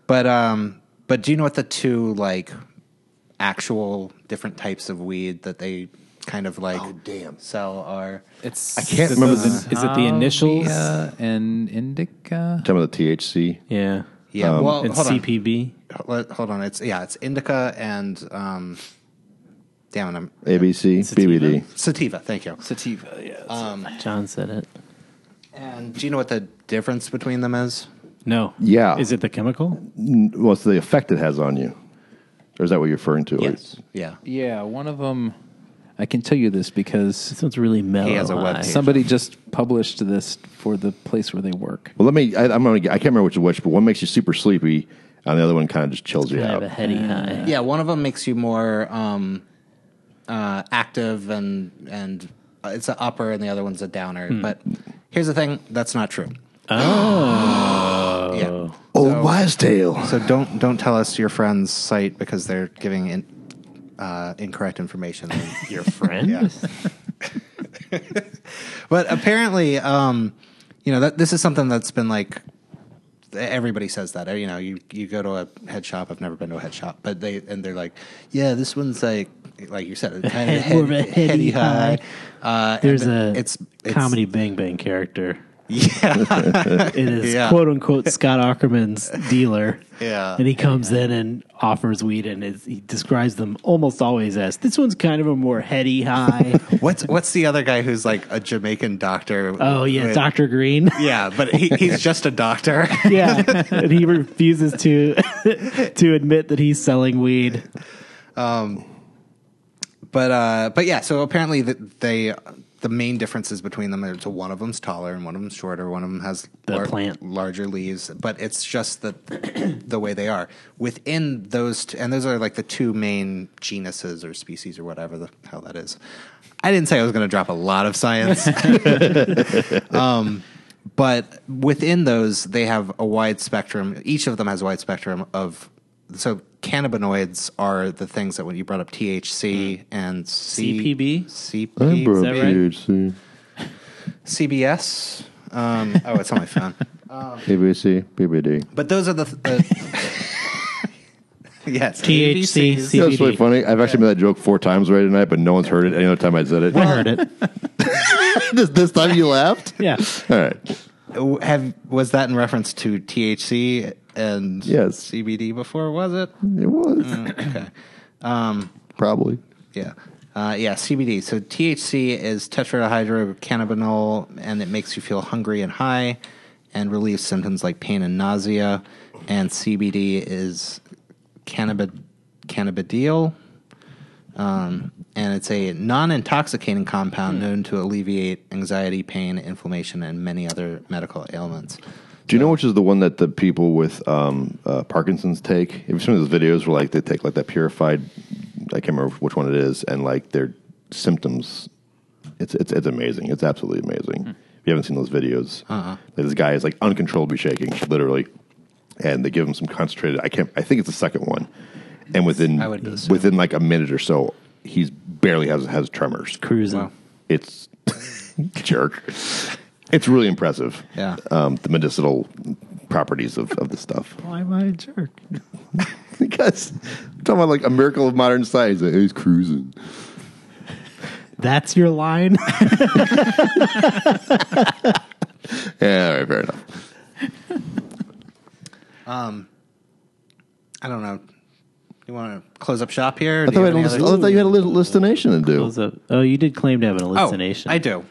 S3: but um, but do you know what the two like actual different types of weed that they kind of like sell are?
S6: It's
S4: I can't remember the-
S5: Is it the initials?
S3: uh,
S6: and Uh, indica?
S4: Tell me the THC.
S5: Yeah.
S3: Yeah, well,
S5: And
S3: hold on.
S5: CPB.
S3: Let- hold on. It's yeah, it's indica and um, damn it, I'm
S4: ABC, BBD.
S3: sativa. Thank you.
S6: Sativa, yeah.
S5: John said it.
S3: And do you know what the difference between them is?
S5: No.
S4: Yeah.
S5: Is it the chemical?
S4: What's the effect it has on you? Or is that what you're referring to?
S3: Yeah.
S6: yeah, one of them. I can tell you this because
S5: This one's really mellow.
S3: He has a
S5: Like,
S3: website.
S6: somebody just published this for the place where they work.
S4: Well, let me. I, I'm gonna. I can't remember which is which, but one makes you super sleepy, and the other one kind of just chills you
S5: I
S4: out.
S5: have a heady high.
S3: Yeah, one of them makes you more um, uh, active and and uh, it's an upper, and the other one's a downer. But here's the thing: that's not true. Oh, yeah.
S4: Old wives' tale.
S3: So don't don't tell us your friend's site because they're giving in, uh, incorrect information.
S5: [laughs] Your friend?
S3: Yeah. [laughs] but apparently, um, you know, that this is something that's been like everybody says that. You know, you, you go to a head shop. I've never been to a head shop, but they and they're like, yeah, this one's like like you said, kind
S5: [laughs]
S3: of
S5: More of a
S3: heady, heady
S5: heady
S3: high. Uh, and
S5: There's
S3: the-
S5: a
S3: it's, it's
S5: comedy bang bang character.
S3: Yeah,
S5: [laughs] It is
S3: Yeah.
S5: quote unquote Scott Ackerman's dealer.
S3: Yeah.
S5: And he comes in and offers weed and is, he describes them almost always as this one's kind of a more heady high.
S3: [laughs] what's what's the other guy who's like a Jamaican doctor?
S5: oh, yeah,
S3: with- [laughs]
S5: Dr. Green.
S3: Yeah, but he, he's just a doctor.
S5: yeah. [laughs] and he refuses to [laughs] to admit that he's selling weed.
S3: but uh, but yeah, so apparently the, they the main differences between them are so one of them's taller and one of them's shorter. One of them has
S5: The plant.
S3: larger leaves, but it's just the the way they are within those. T- and those are like the two main genuses or species or whatever the hell that is. I didn't say I was going to drop a lot of
S5: [laughs]
S3: science. but within those they have a wide spectrum each of them has a wide spectrum of so cannabinoids are the things that when you brought up
S5: Mm.
S3: THC and C-
S5: CPB?
S3: CP,
S4: Bro,
S5: that right?
S4: THC,
S3: CBS um, oh it's on my
S5: [laughs]
S3: phone
S4: ABC, BBD.
S3: but those are the, the
S5: [laughs]
S3: yes
S5: THC,
S3: ABCs.
S4: You know, it's really
S5: CBD.
S4: funny. I've actually made that joke four times already tonight, but no one's heard it any other time I said it.
S5: I heard it.
S4: this, this time you laughed?
S8: Yeah.
S4: All right.
S3: W- Have was that in reference to THC and
S4: Yes.
S3: CBD before? Was it?
S4: It was.
S3: Okay.
S5: Uh, [clears throat]
S3: Um,
S4: Probably.
S3: yeah. Uh, yeah, CBD. So THC is tetrahydrocannabinol, and it makes you feel hungry and high, and relieves symptoms like pain and nausea. And CBD is cannabid- cannabidiol, um, and it's a non-intoxicating compound
S4: Hmm.
S3: known to alleviate anxiety, pain, inflammation, and many other medical ailments.
S4: Do you know which is the one that the people with um, uh, Parkinson's take? Have you seen those videos where like they take like that purified? I can't remember which one it is, and like their symptoms. It's it's it's amazing. It's absolutely amazing.
S3: Hmm.
S4: If you haven't seen those videos,
S3: Uh-huh.
S4: like, this guy is like uncontrollably shaking, literally, and they give him some concentrated. I can't. I think it's the second one, and within
S3: I would assume.
S4: within like a minute or so, he's barely has has tremors.
S8: Cruising.
S4: It's [laughs] jerk. It's really impressive.
S3: Yeah.
S4: Um, the medicinal properties of, of this stuff.
S8: [laughs] Why am I a jerk?
S4: because I'm talking about like a miracle of modern science. Like, He's cruising.
S8: That's your [laughs]
S5: [laughs]
S8: line.
S4: Yeah, all right, fair enough.
S3: I don't know. You want to close up shop here?
S4: I
S3: Do you have
S4: thought, I
S3: any
S4: had a
S3: other-
S4: list- I thought you had a little destination to do.
S5: Close up. Oh, you did claim to have an hallucination.
S3: Oh, I do.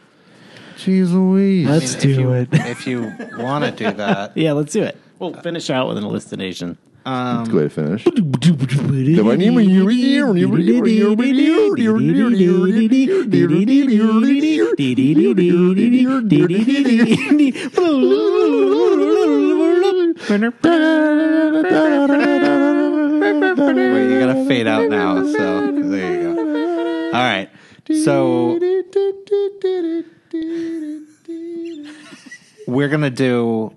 S4: Jeez Louise.
S5: Let's
S3: if
S5: do
S3: you,
S5: it.
S3: if you want to do that. [laughs]
S5: yeah, let's do it. We'll finish out with an hallucination.
S4: Let's go ahead and finish.
S3: Wait, you gotta fade out now. So there you go. All right. So we're gonna do.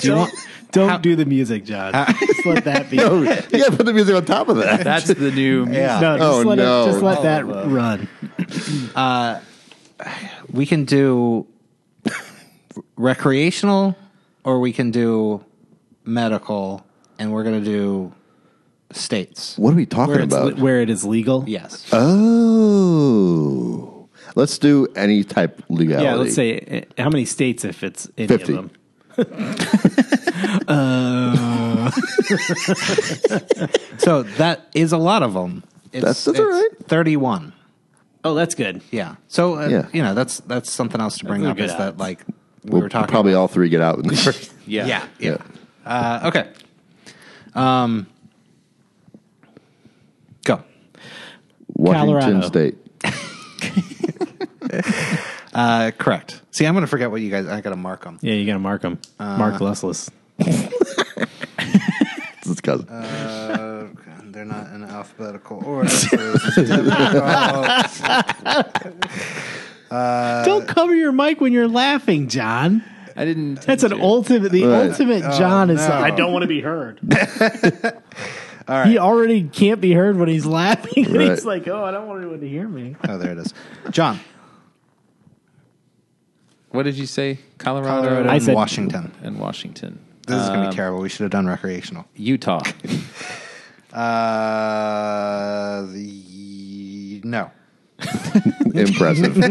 S3: Do you want?
S8: Don't do the music, John. Just let that be.
S4: Oh, yeah, put the music on top of that.
S6: That's the new.
S3: [laughs] Yeah.
S8: No, just
S4: Oh,
S8: let,
S4: no.
S8: It, just let that run.
S3: We can do recreational, or we can do medical, and we're gonna do states.
S4: What are we talking
S8: Where it's,
S4: about?
S8: le- where it is legal.
S3: Yes.
S4: Oh, let's do any type of legality.
S8: Yeah, let's say uh, how many states if it's any
S4: 50.
S8: of them.
S3: So that is a lot of them. It's,
S4: That's- that's all
S3: it's
S4: right.
S3: Thirty-one.
S8: Oh, that's good.
S3: Yeah. So uh,
S4: Yeah.
S3: you know that's that's something else to bring
S8: Those are
S3: up
S8: good
S3: is that
S8: odds.
S3: like we
S4: we'll
S3: were talking.
S4: probably all three get out in the first.
S3: [laughs] yeah. Yeah.
S4: yeah.
S3: Uh, okay. Um. Go.
S4: Washington
S8: Colorado.
S4: State.
S3: Uh, correct. See, I'm gonna forget what you guys. I gotta mark them.
S8: Yeah, you got to mark them.
S3: Uh,
S8: mark Lessless.
S4: It's his cousin.
S3: They're not in alphabetical order. so it's difficult.
S8: Don't cover your mic when you're laughing, John.
S6: I didn't.
S8: That's an ultimate. The
S4: Right.
S8: ultimate John is.
S3: no.
S8: I don't want to be
S3: [laughs]
S8: heard. He already can't be heard when he's laughing. [laughs] and
S4: Right.
S8: He's like, oh, I don't want anyone to hear me.
S3: oh, there it is.
S6: [laughs]
S3: John,
S6: What did you say? Colorado,
S3: Colorado,
S8: I
S3: and
S8: said-
S3: Washington.
S6: and Washington,
S3: This is
S6: Um,
S3: gonna be terrible. We should have done recreational.
S4: [laughs]
S6: Utah.
S3: Uh, the, no.
S4: Impressive.
S3: [laughs]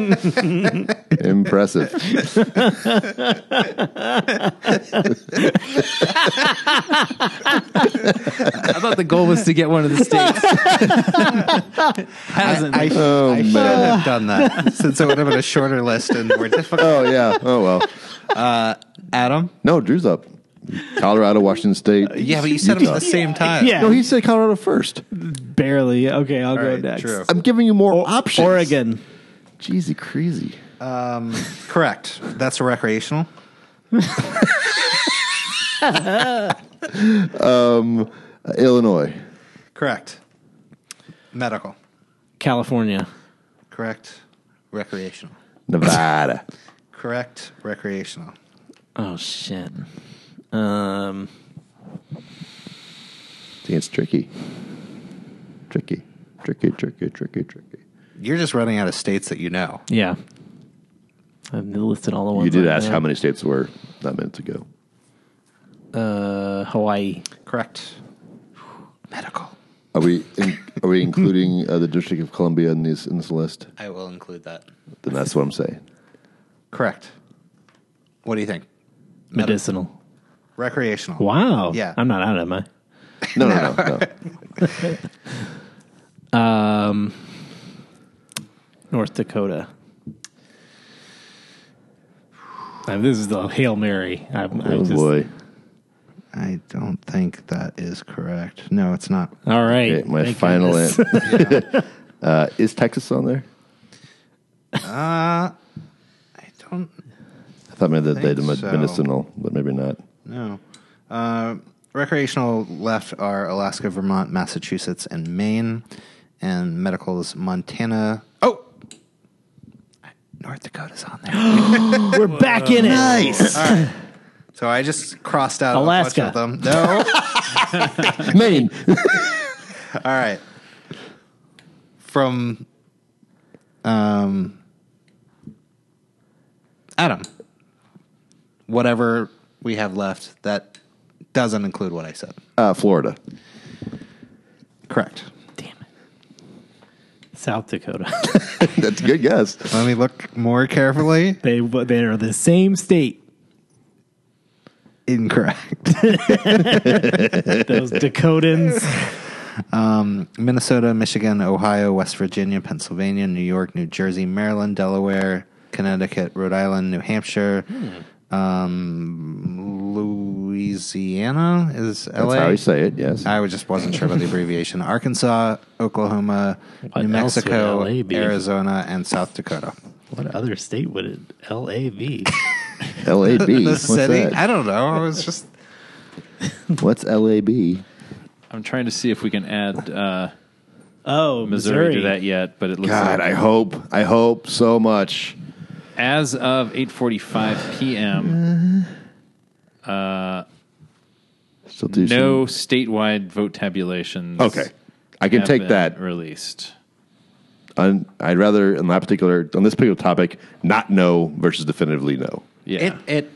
S4: Impressive.
S6: I thought the goal was to get one of the
S3: [laughs]
S6: states. [laughs] Hasn't.
S3: I,
S4: Oh,
S3: I should
S4: man.
S3: have done that since it would have been a shorter list and more difficult.
S4: Oh, yeah. Oh, well.
S3: Adam?
S4: No, Drew's up. Colorado, Washington State.
S3: Uh, Yeah, but you said them
S8: [laughs]
S3: at the same time.
S8: Yeah,
S4: No, he said Colorado first.
S8: barely. Okay, I'll
S3: All
S8: go
S3: right,
S8: next.
S3: true.
S4: I'm giving you more options.
S8: Oregon.
S4: Jeezy crazy.
S3: Correct. That's recreational.
S4: Uh, Illinois.
S3: Correct. Medical.
S8: California.
S3: Correct. Recreational.
S4: Nevada.
S3: Correct. Recreational.
S5: Oh shit. Um,
S4: See, it's tricky. Tricky. Tricky, tricky, tricky, tricky.
S3: You're just running out of states that you know.
S5: yeah. I've listed all the ones.
S4: You did
S5: I
S4: ask
S5: know.
S4: how many states were not minutes ago.
S5: Uh, Hawaii.
S3: Correct. Medical.
S4: Are we in, are we including uh, the District of Columbia in this in this list?
S3: I will include that.
S4: Then that's what I'm saying.
S3: Correct. What do you think?
S5: Medicinal.
S3: Recreational.
S5: Wow.
S3: Yeah.
S5: I'm not out of my.
S4: No, no, no. [laughs] no.
S5: North Dakota. Uh, this is the Hail Mary. I, I
S4: Oh
S5: just-
S4: boy.
S3: I don't think that is correct. No, it's not.
S5: All right.
S4: Okay, my
S5: Thank
S4: final
S5: goodness.
S4: answer
S5: [laughs]
S4: uh, is Texas on there.
S3: Uh, I don't
S4: I thought maybe that they did
S3: Think so.
S4: medicinal, but maybe not.
S3: know. Uh, recreational left are Alaska, Vermont, Massachusetts, and Maine. And medical is Montana. Oh! North Dakota's on [gasps] there.
S5: We're back in it. Nice.
S3: So I just crossed out
S5: Alaska.
S3: a bunch of them. No. [laughs]
S4: Maine.
S3: All right. From um, Adam, whatever we have left that doesn't include what I said.
S4: Uh, Florida. [laughs]
S3: Correct.
S5: Damn it. South Dakota. [laughs]
S4: That's a good guess.
S3: Let me look more carefully.
S5: they they are the same state.
S3: Incorrect.
S4: [laughs]
S5: Those Dakotans.
S3: Minnesota, Michigan, Ohio, West Virginia, Pennsylvania, New York, New Jersey, Maryland, Delaware, Connecticut, Rhode Island, New Hampshire,
S4: Hmm.
S3: um, Louisiana is LA.
S4: That's how you say it. Yes.
S3: I was- just wasn't sure about
S4: [laughs]
S3: the abbreviation. Arkansas, Oklahoma,
S5: What
S3: New
S5: else would
S3: Mexico,
S5: LA be?
S3: Arizona, and South Dakota.
S5: What other state would it? L.A. [laughs] be?
S4: LAB. [laughs]
S3: [laughs] the
S4: What's
S3: city? I
S4: that?
S3: don't know. I was
S4: [laughs]
S3: just
S4: What's LAB?
S6: I'm trying to see if we can add uh,
S5: Oh,
S6: Missouri,
S5: Missouri.
S6: to that yet, but it looks
S4: God, I
S6: like
S4: hope. I hope so much.
S6: as of 8:45
S4: Mm,
S6: p.m.
S4: Still do
S6: No statewide vote tabulations.
S4: Some. Okay. I can
S6: have
S4: take
S6: been
S4: that.
S6: released.
S4: Un- I'd rather on that particular on this particular topic not know versus definitively know.
S6: Yeah.
S3: it it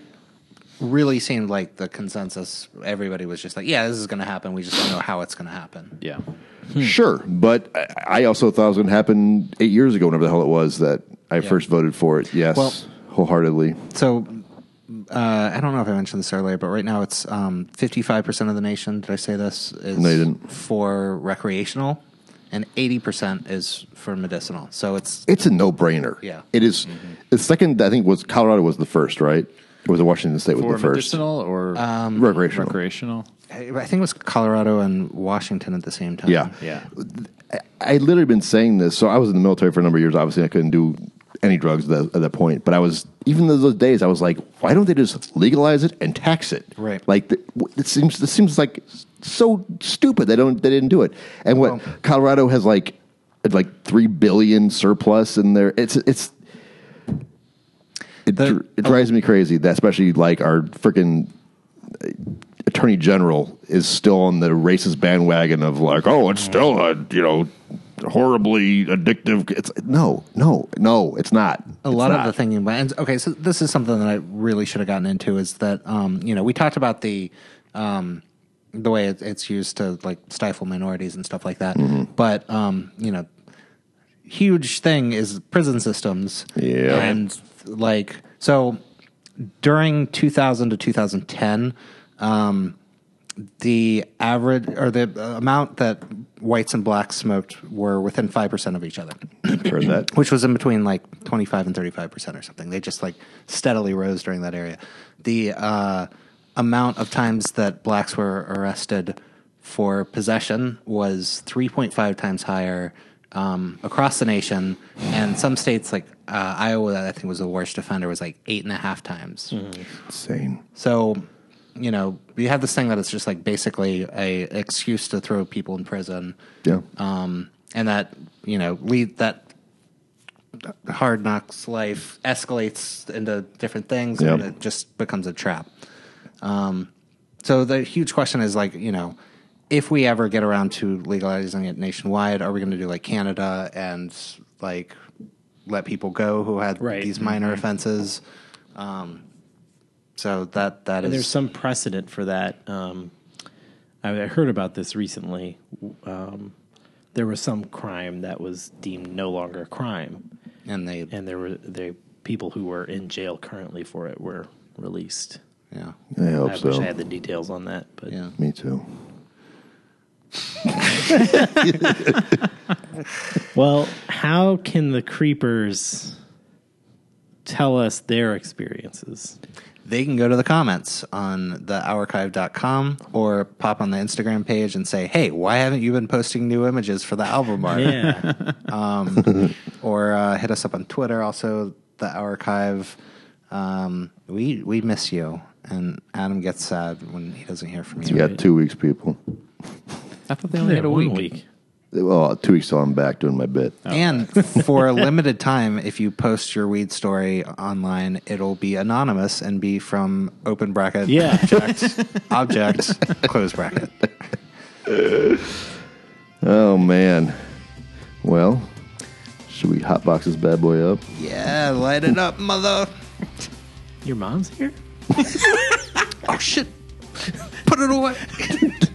S3: really seemed like the consensus. Everybody was just like, "Yeah, this is going to happen. We just don't know how it's going to happen."
S6: yeah.
S4: Sure, but I I also thought it was going to happen eight years ago, whenever the hell it was that I first voted for it. Yes,
S3: Well-
S4: wholeheartedly.
S3: So. Uh, I don't know if I mentioned this earlier, but right now it's um, 55% of the nation. Did I say this? Is
S4: No, you didn't.
S3: For recreational, and 80% is for medicinal. So it's
S4: It's a no brainer.
S3: Yeah.
S4: it is- The second I think was Colorado was the first, right? Or was it Washington State
S6: For
S4: was the first? Um,
S6: medicinal or
S4: recreational.
S6: recreational?
S3: I think it was Colorado and Washington at the same time.
S4: Yeah,
S6: Yeah.
S4: I literally been saying this. So I was in the military for a number of years. Obviously, I couldn't do any drugs at that, at that point. But I was even those, those days. I was like, why don't they just legalize it and tax it?
S3: Right.
S4: Like th- w- it seems. This seems like so stupid. They don't. They didn't do it. And what
S3: Well-
S4: Colorado has like like three billion surplus in there. It's it's. It,
S3: The-
S4: dr- it drives me crazy that especially like our freaking attorney general is still on the racist bandwagon of like, oh, it's still a you know horribly addictive. It's no, no, no, it's not.
S3: a lot of the thinking but and okay so this is something that i really should have gotten into is that um you know we talked about the um the way it, it's used to like stifle minorities and stuff like that
S4: Mm-hmm.
S3: but um you know huge thing is prison systems
S4: Yeah.
S3: and like so during 2000 to 2010 um the average or the uh, amount that whites and blacks smoked were within 5% of each other [clears throat]
S4: heard that.
S3: which was in between like 25 and 35 percent or something. They just like steadily rose during that area. The uh, amount of times that blacks were arrested for possession was 3.5 times higher um, across the nation, and some states like uh, Iowa, I think was the worst offender, was like eight and a half times.
S4: Insane.
S3: So, you know, you have this thing that it's just like basically a excuse to throw people in prison
S4: Yeah.
S3: um, and that you know lead that hard knocks life escalates into different things and
S4: Yep.
S3: it just becomes a trap um, so the huge question is like you know if we ever get around to legalizing it nationwide are we going to do like canada and like let people go who had
S5: Right.
S3: these minor offenses um, so that that is
S5: There's some precedent for that. Um, I I heard about this recently. Um, there was some crime that was deemed no longer a crime,
S3: and they
S5: and there were the people who were in jail currently for it were released.
S3: yeah
S4: I hope
S5: I
S4: so.
S5: wish I had the details on that, but
S3: yeah.
S4: Me too.
S5: Well, how can the creepers tell us their
S6: [laughs]
S5: experiences?
S3: They can go to the comments on the archive.com or pop on the Instagram page and say, "Hey, why haven't you been posting new images for the album art?"
S5: Yeah.
S3: or uh, hit us up on Twitter. Also, the archive. Um, we we miss you, and Adam gets sad when he doesn't hear from you.
S4: You got two weeks, people.
S6: I thought they only had a week.
S4: Well, two weeks till I'm back doing my bit.
S3: And
S5: [laughs]
S3: for a limited time, if you post your weed story online, it'll be anonymous and be from open bracket
S5: Yeah.
S3: object [laughs] object close bracket.
S4: Oh man. Well, should we hotbox this bad boy up?
S3: Yeah, light it up, mother.
S5: Your mom's here?
S3: Oh shit! Put it away.